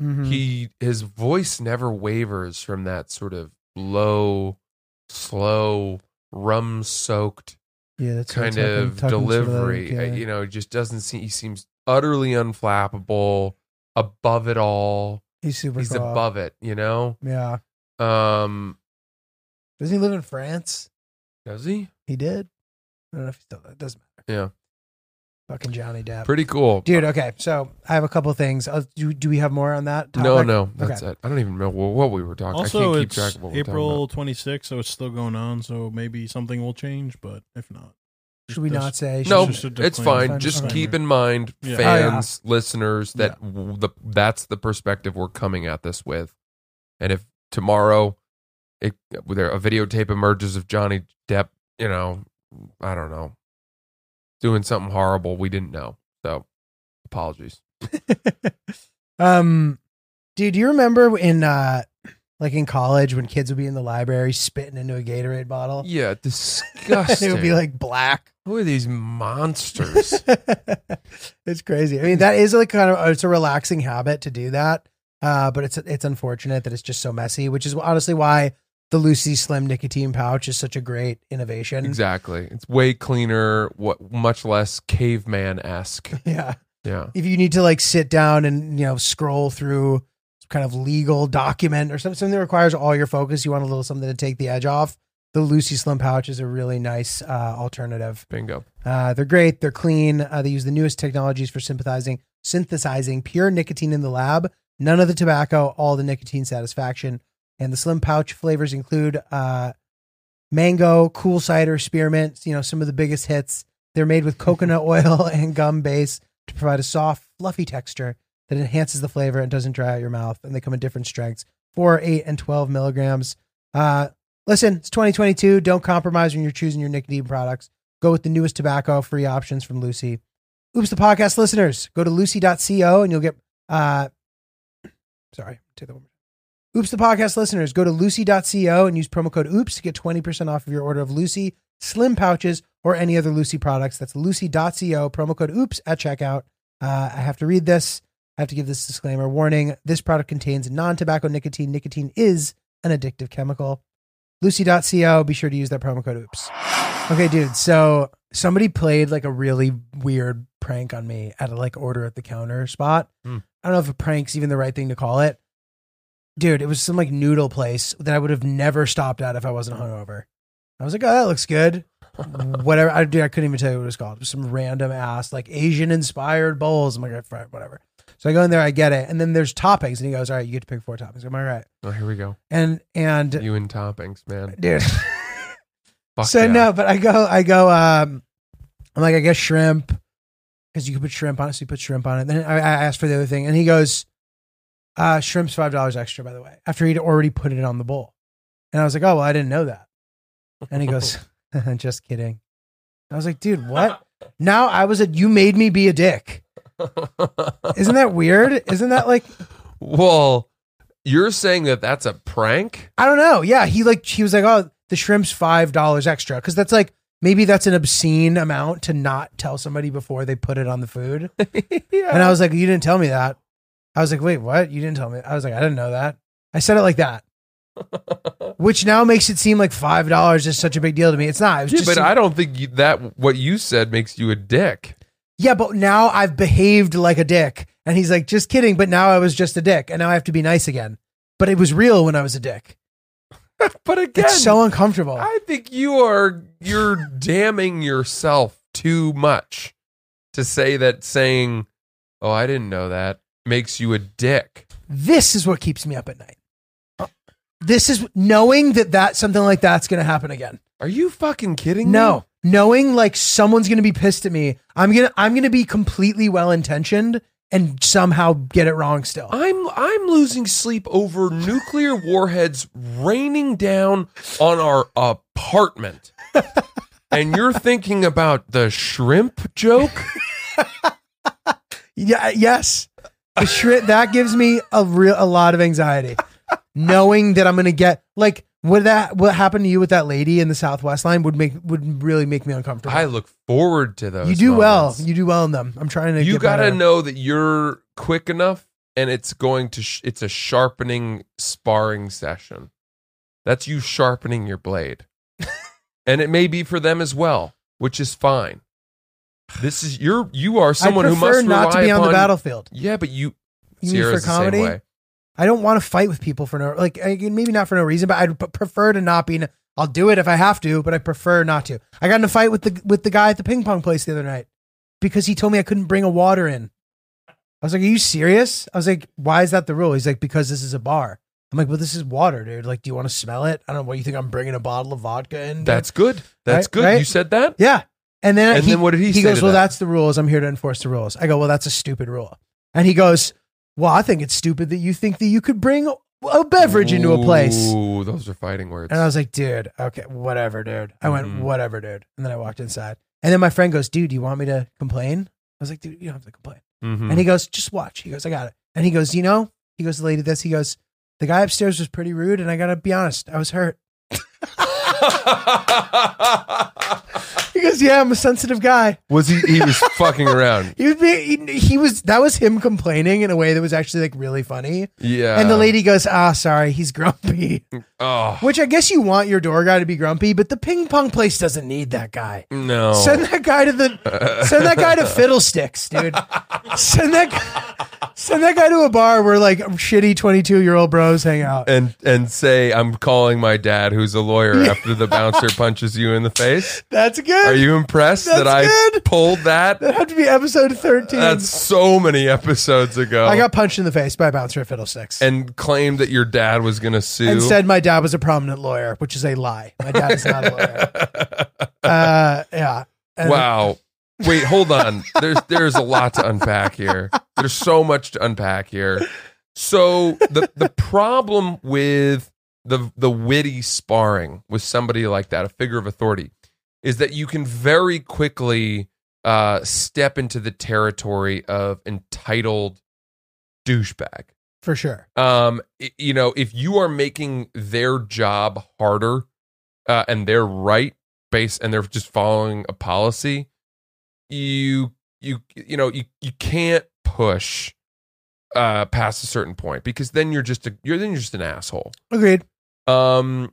F: Mhm.
G: He his voice never wavers from that sort of low, slow, rum soaked
F: yeah, that's what
G: kind
F: I'm talking-
G: of
F: talking sort like,
G: delivery.
F: yeah.
G: Uh, You know, it just doesn't seem he seems utterly unflappable, above it all.
F: he's super.
G: He's
F: cool.
G: above it, you know?
F: Yeah.
G: Um
F: Doesn't he live in France?
G: does he?
F: He did. I don't know if he still. It doesn't matter.
G: Yeah.
F: Fucking Johnny Depp.
G: Pretty cool.
F: Dude, okay. So I have a couple things. Uh, do, do we have more on that? Topic?
G: No, no,
F: Okay.
G: that's it. I don't even know wh- what we were talking. I
C: Also,
G: can't keep
C: it's
G: track of what we're talking about.
C: April 26th, so it's still going on. So maybe something will change, but if not,
F: Should we
C: just-
F: not say?
C: It's
G: no,
C: just a
G: it's
C: disclaimer.
G: fine. Just
F: Disclaimer.
G: keep in mind,
C: Yeah.
F: Oh, yeah.
G: fans, listeners, that w the that's the perspective we're coming at this with. And if tomorrow, it, there a videotape emerges of Johnny Depp, you know, I don't know, doing something horrible, we didn't know. So, apologies.
F: um, dude, do you remember in uh, like in college when kids would be in the library spitting into a Gatorade bottle?
G: Yeah,
F: and
G: disgusting.
F: it would be like black.
G: who are these monsters?
F: it's crazy. I mean, that is like kind of uh, it's a relaxing habit to do that. Uh, but it's it's unfortunate that it's just so messy, which is honestly why the Lucy Slim nicotine pouch is such a great innovation.
G: exactly. It's way cleaner. What much less caveman esque.
F: Yeah.
G: Yeah.
F: If you need to like sit down and you know scroll through some kind of legal document or something, something that requires all your focus, you want a little something to take the edge off. The Lucy Slim pouch is a really nice uh, alternative.
G: Bingo.
F: Uh, they're great. They're clean. Uh, they use the newest technologies for synthesizing, synthesizing pure nicotine in the lab. None of the tobacco, all the nicotine satisfaction. And the slim pouch flavors include uh, mango, cool cider, spearmint. You know some of the biggest hits. They're made with coconut oil and gum base to provide a soft, fluffy texture that enhances the flavor and doesn't dry out your mouth. And they come in different strengths: four, eight, and twelve milligrams. Uh, listen, it's 2022. Don't compromise when you're choosing your nicotine products. Go with the newest tobacco free options from Lucy. Oops, the podcast listeners, go to lucy.co and you'll get, uh, sorry, take that one. more. Oops, the podcast listeners, go to lucy.co and use promo code OOPS to get 20% off of your order of Lucy, slim pouches, or any other Lucy products. That's lucy.co, promo code OOPS at checkout. Uh, I have to read this. I have to give this disclaimer warning. This product contains non tobacco nicotine. Nicotine is an addictive chemical. Lucy.co, be sure to use that promo code OOPS. Okay, dude. So somebody played like a really weird prank on me at a like order at the counter spot.
G: Hmm.
F: I don't know if a prank's even the right thing to call it. Dude, it was some like noodle place that I would have never stopped at if I wasn't hungover. I was like, oh, that looks good. whatever. I, dude, I couldn't even tell you what it was called. It was some random ass, like Asian inspired bowls. I'm like, "Fine, whatever. So I go in there, I get it. And then there's toppings. And he goes, all right, you get to pick four toppings. I'm like, all right.
G: Oh, here we go.
F: And, and,
G: You and toppings, man.
F: dude.
G: Fuck
F: so
G: yeah.
F: no, but I go, I go, um, I'm like, I guess shrimp because you could put shrimp on it. So you put shrimp on it. Then I, I asked for the other thing and he goes, uh, shrimp's $5 extra, by the way, after he'd already put it on the bowl. And I was like, oh, well, I didn't know that. And he goes, just kidding. I was like, dude, what? Now I was a, you made me be a dick. Isn't that weird? Isn't that like,
G: well, you're saying that that's a prank?
F: I don't know. Yeah, he like he was like, oh, the shrimp's five dollars extra because that's like maybe that's an obscene amount to not tell somebody before they put it on the food. And I was like, you didn't tell me that. I was like, wait, what? You didn't tell me. I was like, I didn't know that. I said it like that, which now makes it seem like five dollars is such a big deal to me. It's not. It was
G: Yeah,
F: just
G: but
F: some-
G: I don't think you, that what you said makes you a dick.
F: yeah, but now I've behaved like a dick. And he's like, just kidding. But now I was just a dick, and now I have to be nice again. But it was real when I was a dick.
G: But again,
F: It's so uncomfortable.
G: I think you are you're damning yourself too much to say that saying, "Oh, I didn't know that," makes you a dick.
F: This is what keeps me up at night. This is knowing that that something like that's going to happen again.
G: Are you fucking kidding me?
F: No, knowing like someone's going to be pissed at me. I'm going to I'm going to be completely well-intentioned and somehow get it wrong still.
G: I'm I'm losing sleep over nuclear warheads raining down on our apartment. and you're thinking about the shrimp joke?
F: Yeah, yes. The shri- that gives me a real a lot of anxiety, knowing that I'm gonna get like what that what happened to you with that lady in the Southwest line would make would really make me uncomfortable.
G: I look forward to those.
F: you do
G: moments.
F: well. You do well in them. I'm trying to.
G: You
F: get
G: got to
F: better.
G: know that you're quick enough and it's going to sh- it's a sharpening sparring session. That's you sharpening your blade. and it may be for them as well, which is fine. This is you're you are someone
F: I
G: who
F: prefer
G: must
F: not to
G: rely
F: be on the
G: upon-
F: battlefield.
G: Yeah, but you
F: You mean
G: Sierra's
F: for comedy?
G: the same way.
F: I don't want to fight with people for no like I- maybe not for no reason, but I'd p- prefer to not be. I'll do it if I have to, but I prefer not to. I got in a fight with the with the guy at the ping pong place the other night because he told me I couldn't bring a water in. I was like, "Are you serious?" I was like, "Why is that the rule?" He's like, "Because this is a bar." I'm like, "Well, this is water, dude. Like, do you want to smell it? I don't know. What you think I'm bringing a bottle of vodka in?" dude?"
G: That's good. That's
F: Right,
G: good.
F: right?
G: You said that?
F: Yeah. And then,
G: And
F: he,
G: then what did he say
F: goes,
G: to
F: Well,
G: that?
F: that's the rules. I'm here to enforce the rules. I go, Well, that's a stupid rule. And he goes, Well, I think it's stupid that you think that you could bring a beverage into a place.
G: Ooh, those are fighting words.
F: And I was like, Dude, okay, whatever, dude. I went,
G: Mhm.
F: Whatever, dude. And then I walked inside. And then my friend goes, Dude, do you want me to complain? I was like, Dude, you don't have to complain.
G: Mhm.
F: And he goes, Just watch. He goes, I got it. And he goes, You know, he goes, The lady this, he goes, The guy upstairs was pretty rude. And I got to be honest, I was hurt. He goes, Yeah, I'm a sensitive guy.
G: was he? He was fucking around.
F: He was being, he, he was that was him complaining in a way that was actually like really funny.
G: Yeah.
F: and the lady goes, "Ah, sorry, he's grumpy."
G: Oh
F: Which I guess you want your door guy to be grumpy, but the ping pong place doesn't need that guy.
G: no.
F: Send that guy to the send that guy to Fiddlesticks, dude. send that guy- send that guy to a bar where like shitty twenty two year old bros hang out.
G: and and say I'm calling my dad, who's a lawyer. After the bouncer punches you in the face,
F: That's good.
G: are you impressed
F: That's
G: that I
F: good.
G: pulled that?
F: That had to be episode thirteen.
G: That's so many episodes ago.
F: I got punched in the face by a bouncer at Fiddlesticks.
G: and claimed that your dad was going to sue.
F: and said my dad was a prominent lawyer, which is a lie. My dad is not a lawyer. Uh, yeah. And-
G: wow. Wait, hold on. There's there's a lot to unpack here. There's so much to unpack here. So the the problem with the the witty sparring with somebody like that, a figure of authority, is that you can very quickly uh, step into the territory of entitled douchebag.
F: for sure.
G: um i- you know if you are making their job harder uh, and they're right based and they're just following a policy you you you know you, you can't push uh past a certain point because then you're just a you're then you're just an asshole
F: Agreed.
G: um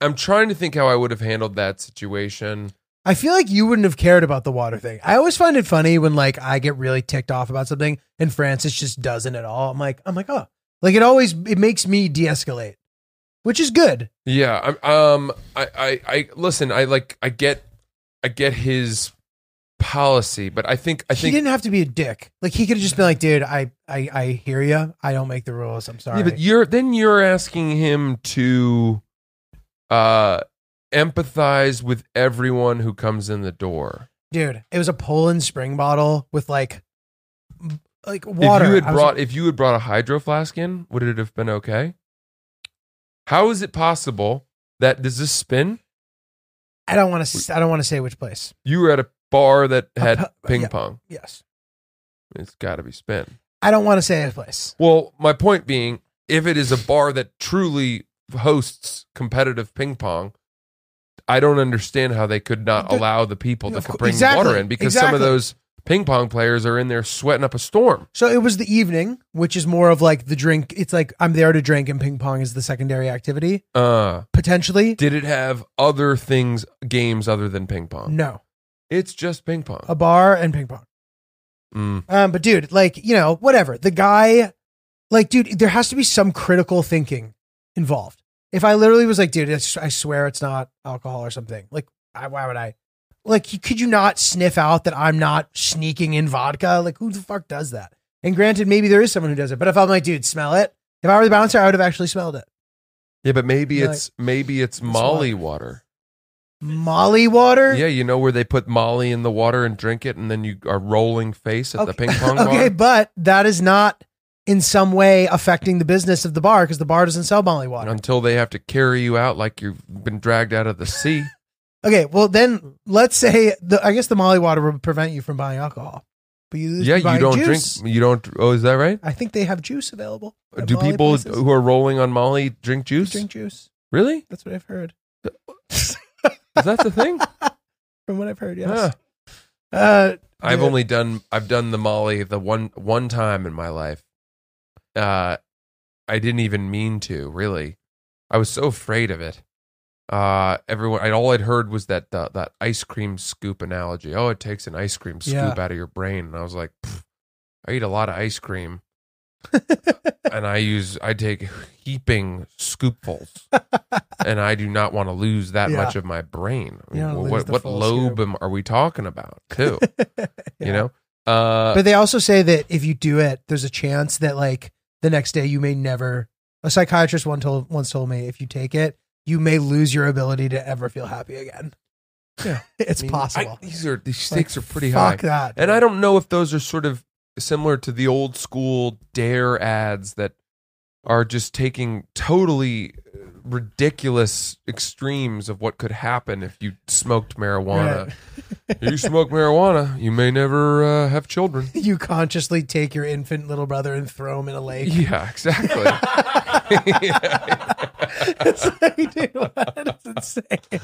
G: i'm trying to think how i would have handled that situation
F: I feel like you wouldn't have cared about the water thing. I always find it funny when like I get really ticked off about something and Francis just doesn't at all. I'm like, I'm like, oh, like it always it makes me de-escalate, which is good.
G: Yeah, I'm, um, I, I, I listen. I like, I get, I get his policy, but I think, I
F: he
G: think,
F: didn't have to be a dick. Like he could have just been like, dude, I, I, I hear you. I don't make the rules. I'm sorry.
G: yeah, but you're then you're asking him to, uh, empathize with everyone who comes in the door.
F: dude, it was a Poland spring bottle with like, m- like water.
G: If you had
F: I was
G: brought, if you had brought a hydro flask in, would it have been okay? How is it possible that does this spin?
F: I don't want to. I don't want to say which place.
G: You were at a bar that
F: A
G: had
F: pu-
G: ping
F: yeah.
G: pong.
F: Yes,
G: It's got to be spin.
F: I don't want to say which place.
G: Well, my point being, if it is a bar that truly hosts competitive ping pong, I don't understand how they could not
F: The-
G: allow the people
F: Of
G: that could
F: cour-
G: bring
F: exactly,
G: water in because some of
F: exactly.
G: those ping pong players are in there sweating up a storm.
F: So it was the evening, which is more of like the drink. It's like I'm there to drink, and ping pong is the secondary activity
G: Uh,
F: potentially.
G: did it have other things, games other than ping pong?
F: No,
G: It's just ping pong.
F: a bar and ping pong.
G: Mm.
F: Um, but dude, like you know, whatever the guy, like dude, there has to be some critical thinking involved. If I literally was like, dude, it's, I swear it's not alcohol or something. Like, I, why would I? like you- could you not sniff out that I'm not sneaking in vodka? Like who the fuck does that? And granted, maybe there is someone who does it, but if I'm like, dude, smell it. If I were the bouncer, I would have actually smelled it.
G: Yeah, but maybe
F: Like-
G: it's maybe it's Molly water.
F: Molly water.
G: Yeah, you know where they put Molly in the water and drink it, and then you are rolling face at the ping pong bar.
F: okay, but that is not in some way affecting the business of the bar because the bar doesn't sell Molly water.
G: until they have to carry you out like you've been dragged out of the sea.
F: Okay, well then let's say the I guess the Molly water would prevent you from buying alcohol, but you
G: yeah, you
F: buy
G: don't
F: juice.
G: drink. You don't. Oh, is that right?
F: I think they have juice available. at
G: Uh, Do
F: Molly
G: people
F: places.
G: who are rolling on Molly drink juice?
F: drink juice?
G: Really?
F: That's what I've heard.
G: Is that the thing?
F: From what I've heard, yes.
G: Yeah.
F: Uh,
G: I've
F: Yeah.
G: only done I've done the Molly the one one time in my life. Uh I didn't even mean to, really. I was so afraid of it. Uh everyone I all I'd heard was that the, that ice cream scoop analogy. Oh, it takes an ice cream scoop
F: Yeah.
G: out of your brain. And I was like, "Pfft, I eat a lot of ice cream. and I use I take heaping scoopfuls. and I do not want to lose that
F: Yeah.
G: much of my brain. I
F: You
G: mean,
F: don't
G: wh-
F: lose
G: what
F: the
G: what
F: full
G: lobe
F: scoop.
G: am- are we talking about too?
F: yeah.
G: you know uh
F: but they also say that if you do it, there's a chance that like the next day you may never. A psychiatrist one told once told me if you take it, you may lose your ability to ever feel happy again. Yeah,
G: I
F: it's
G: mean,
F: possible.
G: I- these are these stakes
F: Like,
G: are pretty high
F: fuck that.
G: and i don't know if those are sort of similar to the old school dare ads that are just taking totally uh, ridiculous extremes of what could happen if you smoked marijuana If you smoke marijuana you may never uh, have children
F: you consciously take your infant little brother and throw him in a lake.
G: yeah exactly
F: it's like, dude, what? It's insane.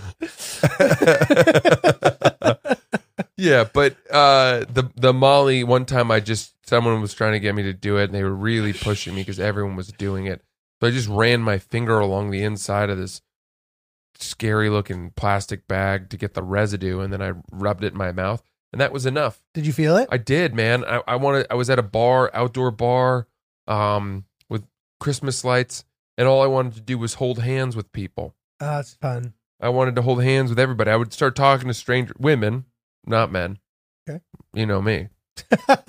G: Yeah, but uh, the the Molly one time I just someone was trying to get me to do it, and they were really pushing me because everyone was doing it. So I just ran my finger along the inside of this scary looking plastic bag to get the residue, and then I rubbed it in my mouth, and that was enough.
F: Did you feel it?
G: I did, man. I, I wanted. I was at a bar, outdoor bar, um, with Christmas lights, and all I wanted to do was hold hands with people.
F: Oh, it's fun.
G: I wanted to hold hands with everybody. I would start talking to stranger women, not men.
F: Okay.
G: You know me.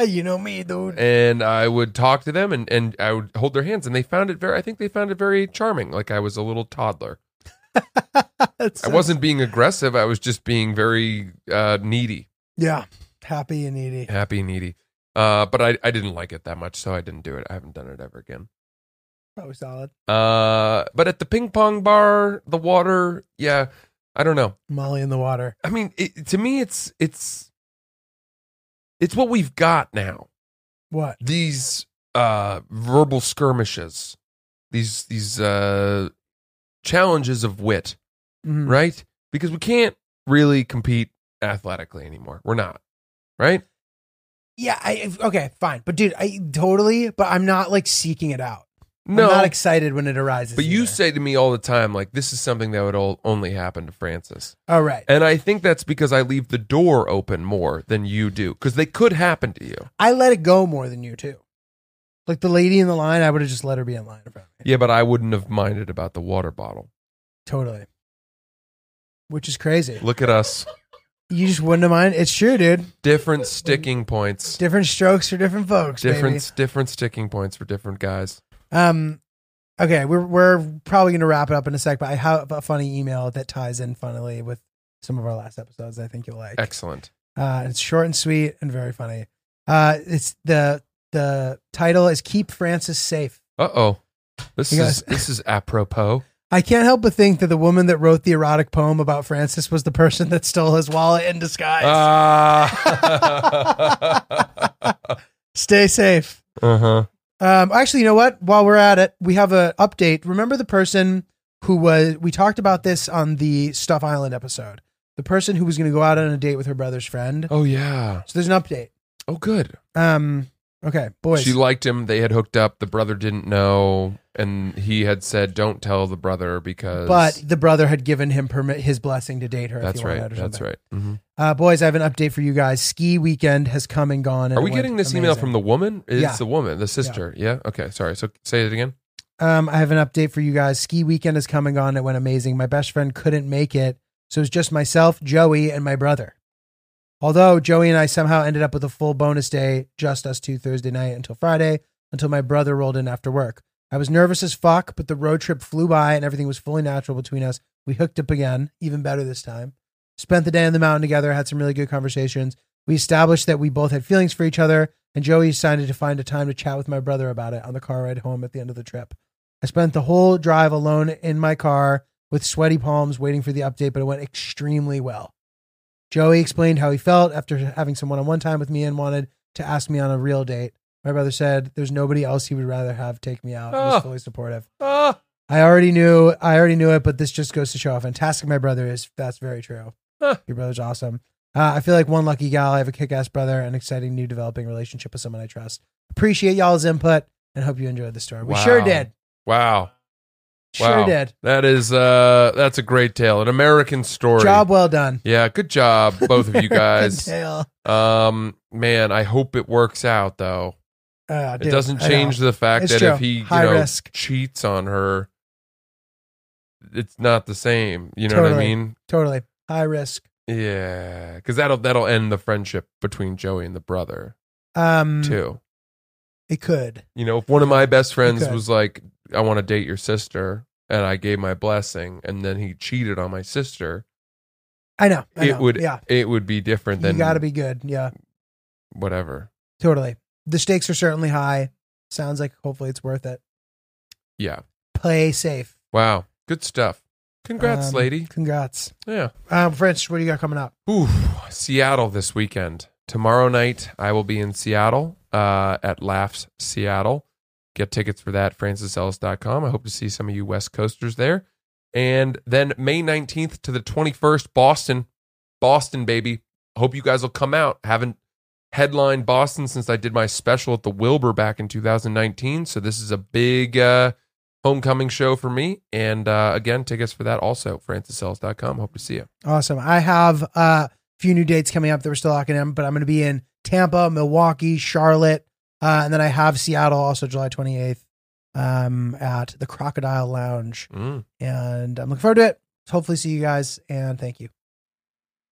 F: you know me, dude.
G: And I would talk to them and, and I would hold their hands and they found it very I think they found it very charming. Like I was a little toddler.
F: It's
G: I
F: so-
G: wasn't being aggressive, I was just being very uh needy,
F: Yeah, happy and needy.
G: happy needy. Uh but I, I didn't like it that much, so I didn't do it. I haven't done it ever again.
F: Probably solid.
G: Uh but at the ping pong bar, the water, yeah, I don't know.
F: Molly in the water.
G: I mean, it, to me, it's it's it's what we've got now.
F: What?
G: These uh, verbal skirmishes, these these uh, challenges of wit,
F: Mhm.
G: right? Because we can't really compete athletically anymore. We're not, right?
F: Yeah. I okay, fine. But dude, I totally. But I'm not like seeking it out.
G: No,
F: I'm not excited when it arises.
G: but you
F: either.
G: say to me all the time, like this is something that would all, only happen to Francis,
F: all right.
G: and I think that's because I leave the door open more than you do, because they could happen to you.
F: I let it go more than you too. Like the lady in the line, I would have just let her be in line in front of me.
G: Yeah, but I wouldn't have minded about the water bottle.
F: Totally. Which is crazy.
G: Look at us.
F: You just wouldn't have mind. It's true, dude.
G: Different sticking points.
F: Different strokes for different folks.
G: Different
F: Baby.
G: different sticking points for different guys.
F: Um. Okay, we're we're probably going to wrap it up in a sec, but I have a funny email that ties in funnily with some of our last episodes. I think you'll like.
G: Excellent.
F: Uh, it's short and sweet and very funny. Uh, it's the the title is "Keep Francis Safe."
G: Uh oh. This
F: You
G: is
F: guys-
G: this is apropos.
F: I can't help but think that the woman that wrote the erotic poem about Francis was the person that stole his wallet in disguise.
G: Ah.
F: Stay safe.
G: uh-huh.
F: Um, actually, you know what? While we're at it, we have a update. Remember the person who was? We talked about this on the Stuff Island episode. The person who was going to go out on a date with her brother's friend.
G: Oh yeah.
F: So there's an update.
G: Oh good.
F: Um, okay, boys.
G: She liked him. They had hooked up. The brother didn't know, and he had said, "Don't tell the brother because."
F: but the brother had given him permit his blessing to date her. if
G: that's
F: he wanted
G: right.
F: or
G: That's
F: something.
G: right. Mhm.
F: Uh, boys, I have an update for you guys. Ski weekend has come and gone. And
G: Are
F: it
G: we
F: went
G: getting this email
F: amazing.
G: from the woman? It's
F: Yeah.
G: the woman, the sister. Yeah. Okay. Sorry. So say it again.
F: Um, I have an update for you guys. Ski weekend is coming on. It went amazing. My best friend couldn't make it, so it's just myself, Joey, and my brother. Although Joey and I somehow ended up with a full bonus day, just us two Thursday night until Friday, until my brother rolled in after work. I was nervous as fuck, but the road trip flew by and everything was fully natural between us. We hooked up again, even better this time. Spent the day on the mountain together, had some really good conversations. We established that we both had feelings for each other, and Joey decided to find a time to chat with my brother about it on the car ride home at the end of the trip. I spent the whole drive alone in my car with sweaty palms waiting for the update, but it went extremely well. Joey explained how he felt after having some one on one time with me and wanted to ask me on a real date. My brother said there's nobody else he would rather have take me out. and
G: Oh.
F: was fully supportive.
G: Ah,
F: I already knew I already knew it, but this just goes to show how fantastic my brother is. That's very true.
G: Huh.
F: Your brother's awesome. Uh, I feel like one lucky gal. I have a kick-ass brother, an exciting new developing relationship with someone I trust. Appreciate y'all's input and hope you enjoyed the story. We sure
G: Wow.
F: did.
G: wow.
F: Sure
G: Wow.
F: did.
G: That is uh that's a great tale. An American story.
F: Job well done.
G: Yeah, good job, both of you guys.
F: Good tale.
G: Um man, I hope it works out though.
F: Uh,
G: it
F: dude,
G: doesn't
F: I know.
G: change the fact
F: It's
G: that
F: true.
G: if he you
F: High
G: know,
F: risk.
G: cheats on her, it's not the same. You know what I
F: Totally.
G: mean?
F: Totally high risk.
G: Yeah, because that'll that'll end the friendship between Joey and the brother
F: Um,
G: too.
F: it could.
G: You know, if one of my best friends
F: Okay.
G: was like, "I want to date your sister," and I gave my blessing, and then he cheated on my sister,
F: I know. I
G: it
F: know.
G: would
F: Yeah.
G: it would be different
F: You
G: than
F: got to be good. Yeah.
G: whatever.
F: Totally. The stakes are certainly high. Sounds like hopefully it's worth it.
G: Yeah.
F: Play safe.
G: Wow. Good stuff. Congrats,
F: Um,
G: lady.
F: Congrats.
G: Yeah.
F: Um, French, what do you got coming up?
G: Ooh, Seattle this weekend. Tomorrow night, I will be in Seattle uh, at Laughs Seattle. Get tickets for that, francisellis.com. I hope to see some of you West Coasters there. And then May 19th to the 21st, Boston. Boston, baby. Hope you guys will come out. Haven't headlined Boston since I did my special at the Wilbur back in 2019. So this is a big uh, homecoming show for me. And uh, again, tickets for that also, francisellis.com. Hope to see you.
F: Awesome. I have uh, a few new dates coming up that we're still locking in, but I'm going to be in Tampa, Milwaukee, Charlotte, uh, and then I have Seattle also July 28th um, at the Crocodile Lounge.
G: Mm.
F: And I'm looking forward to it. Hopefully, see you guys and thank you.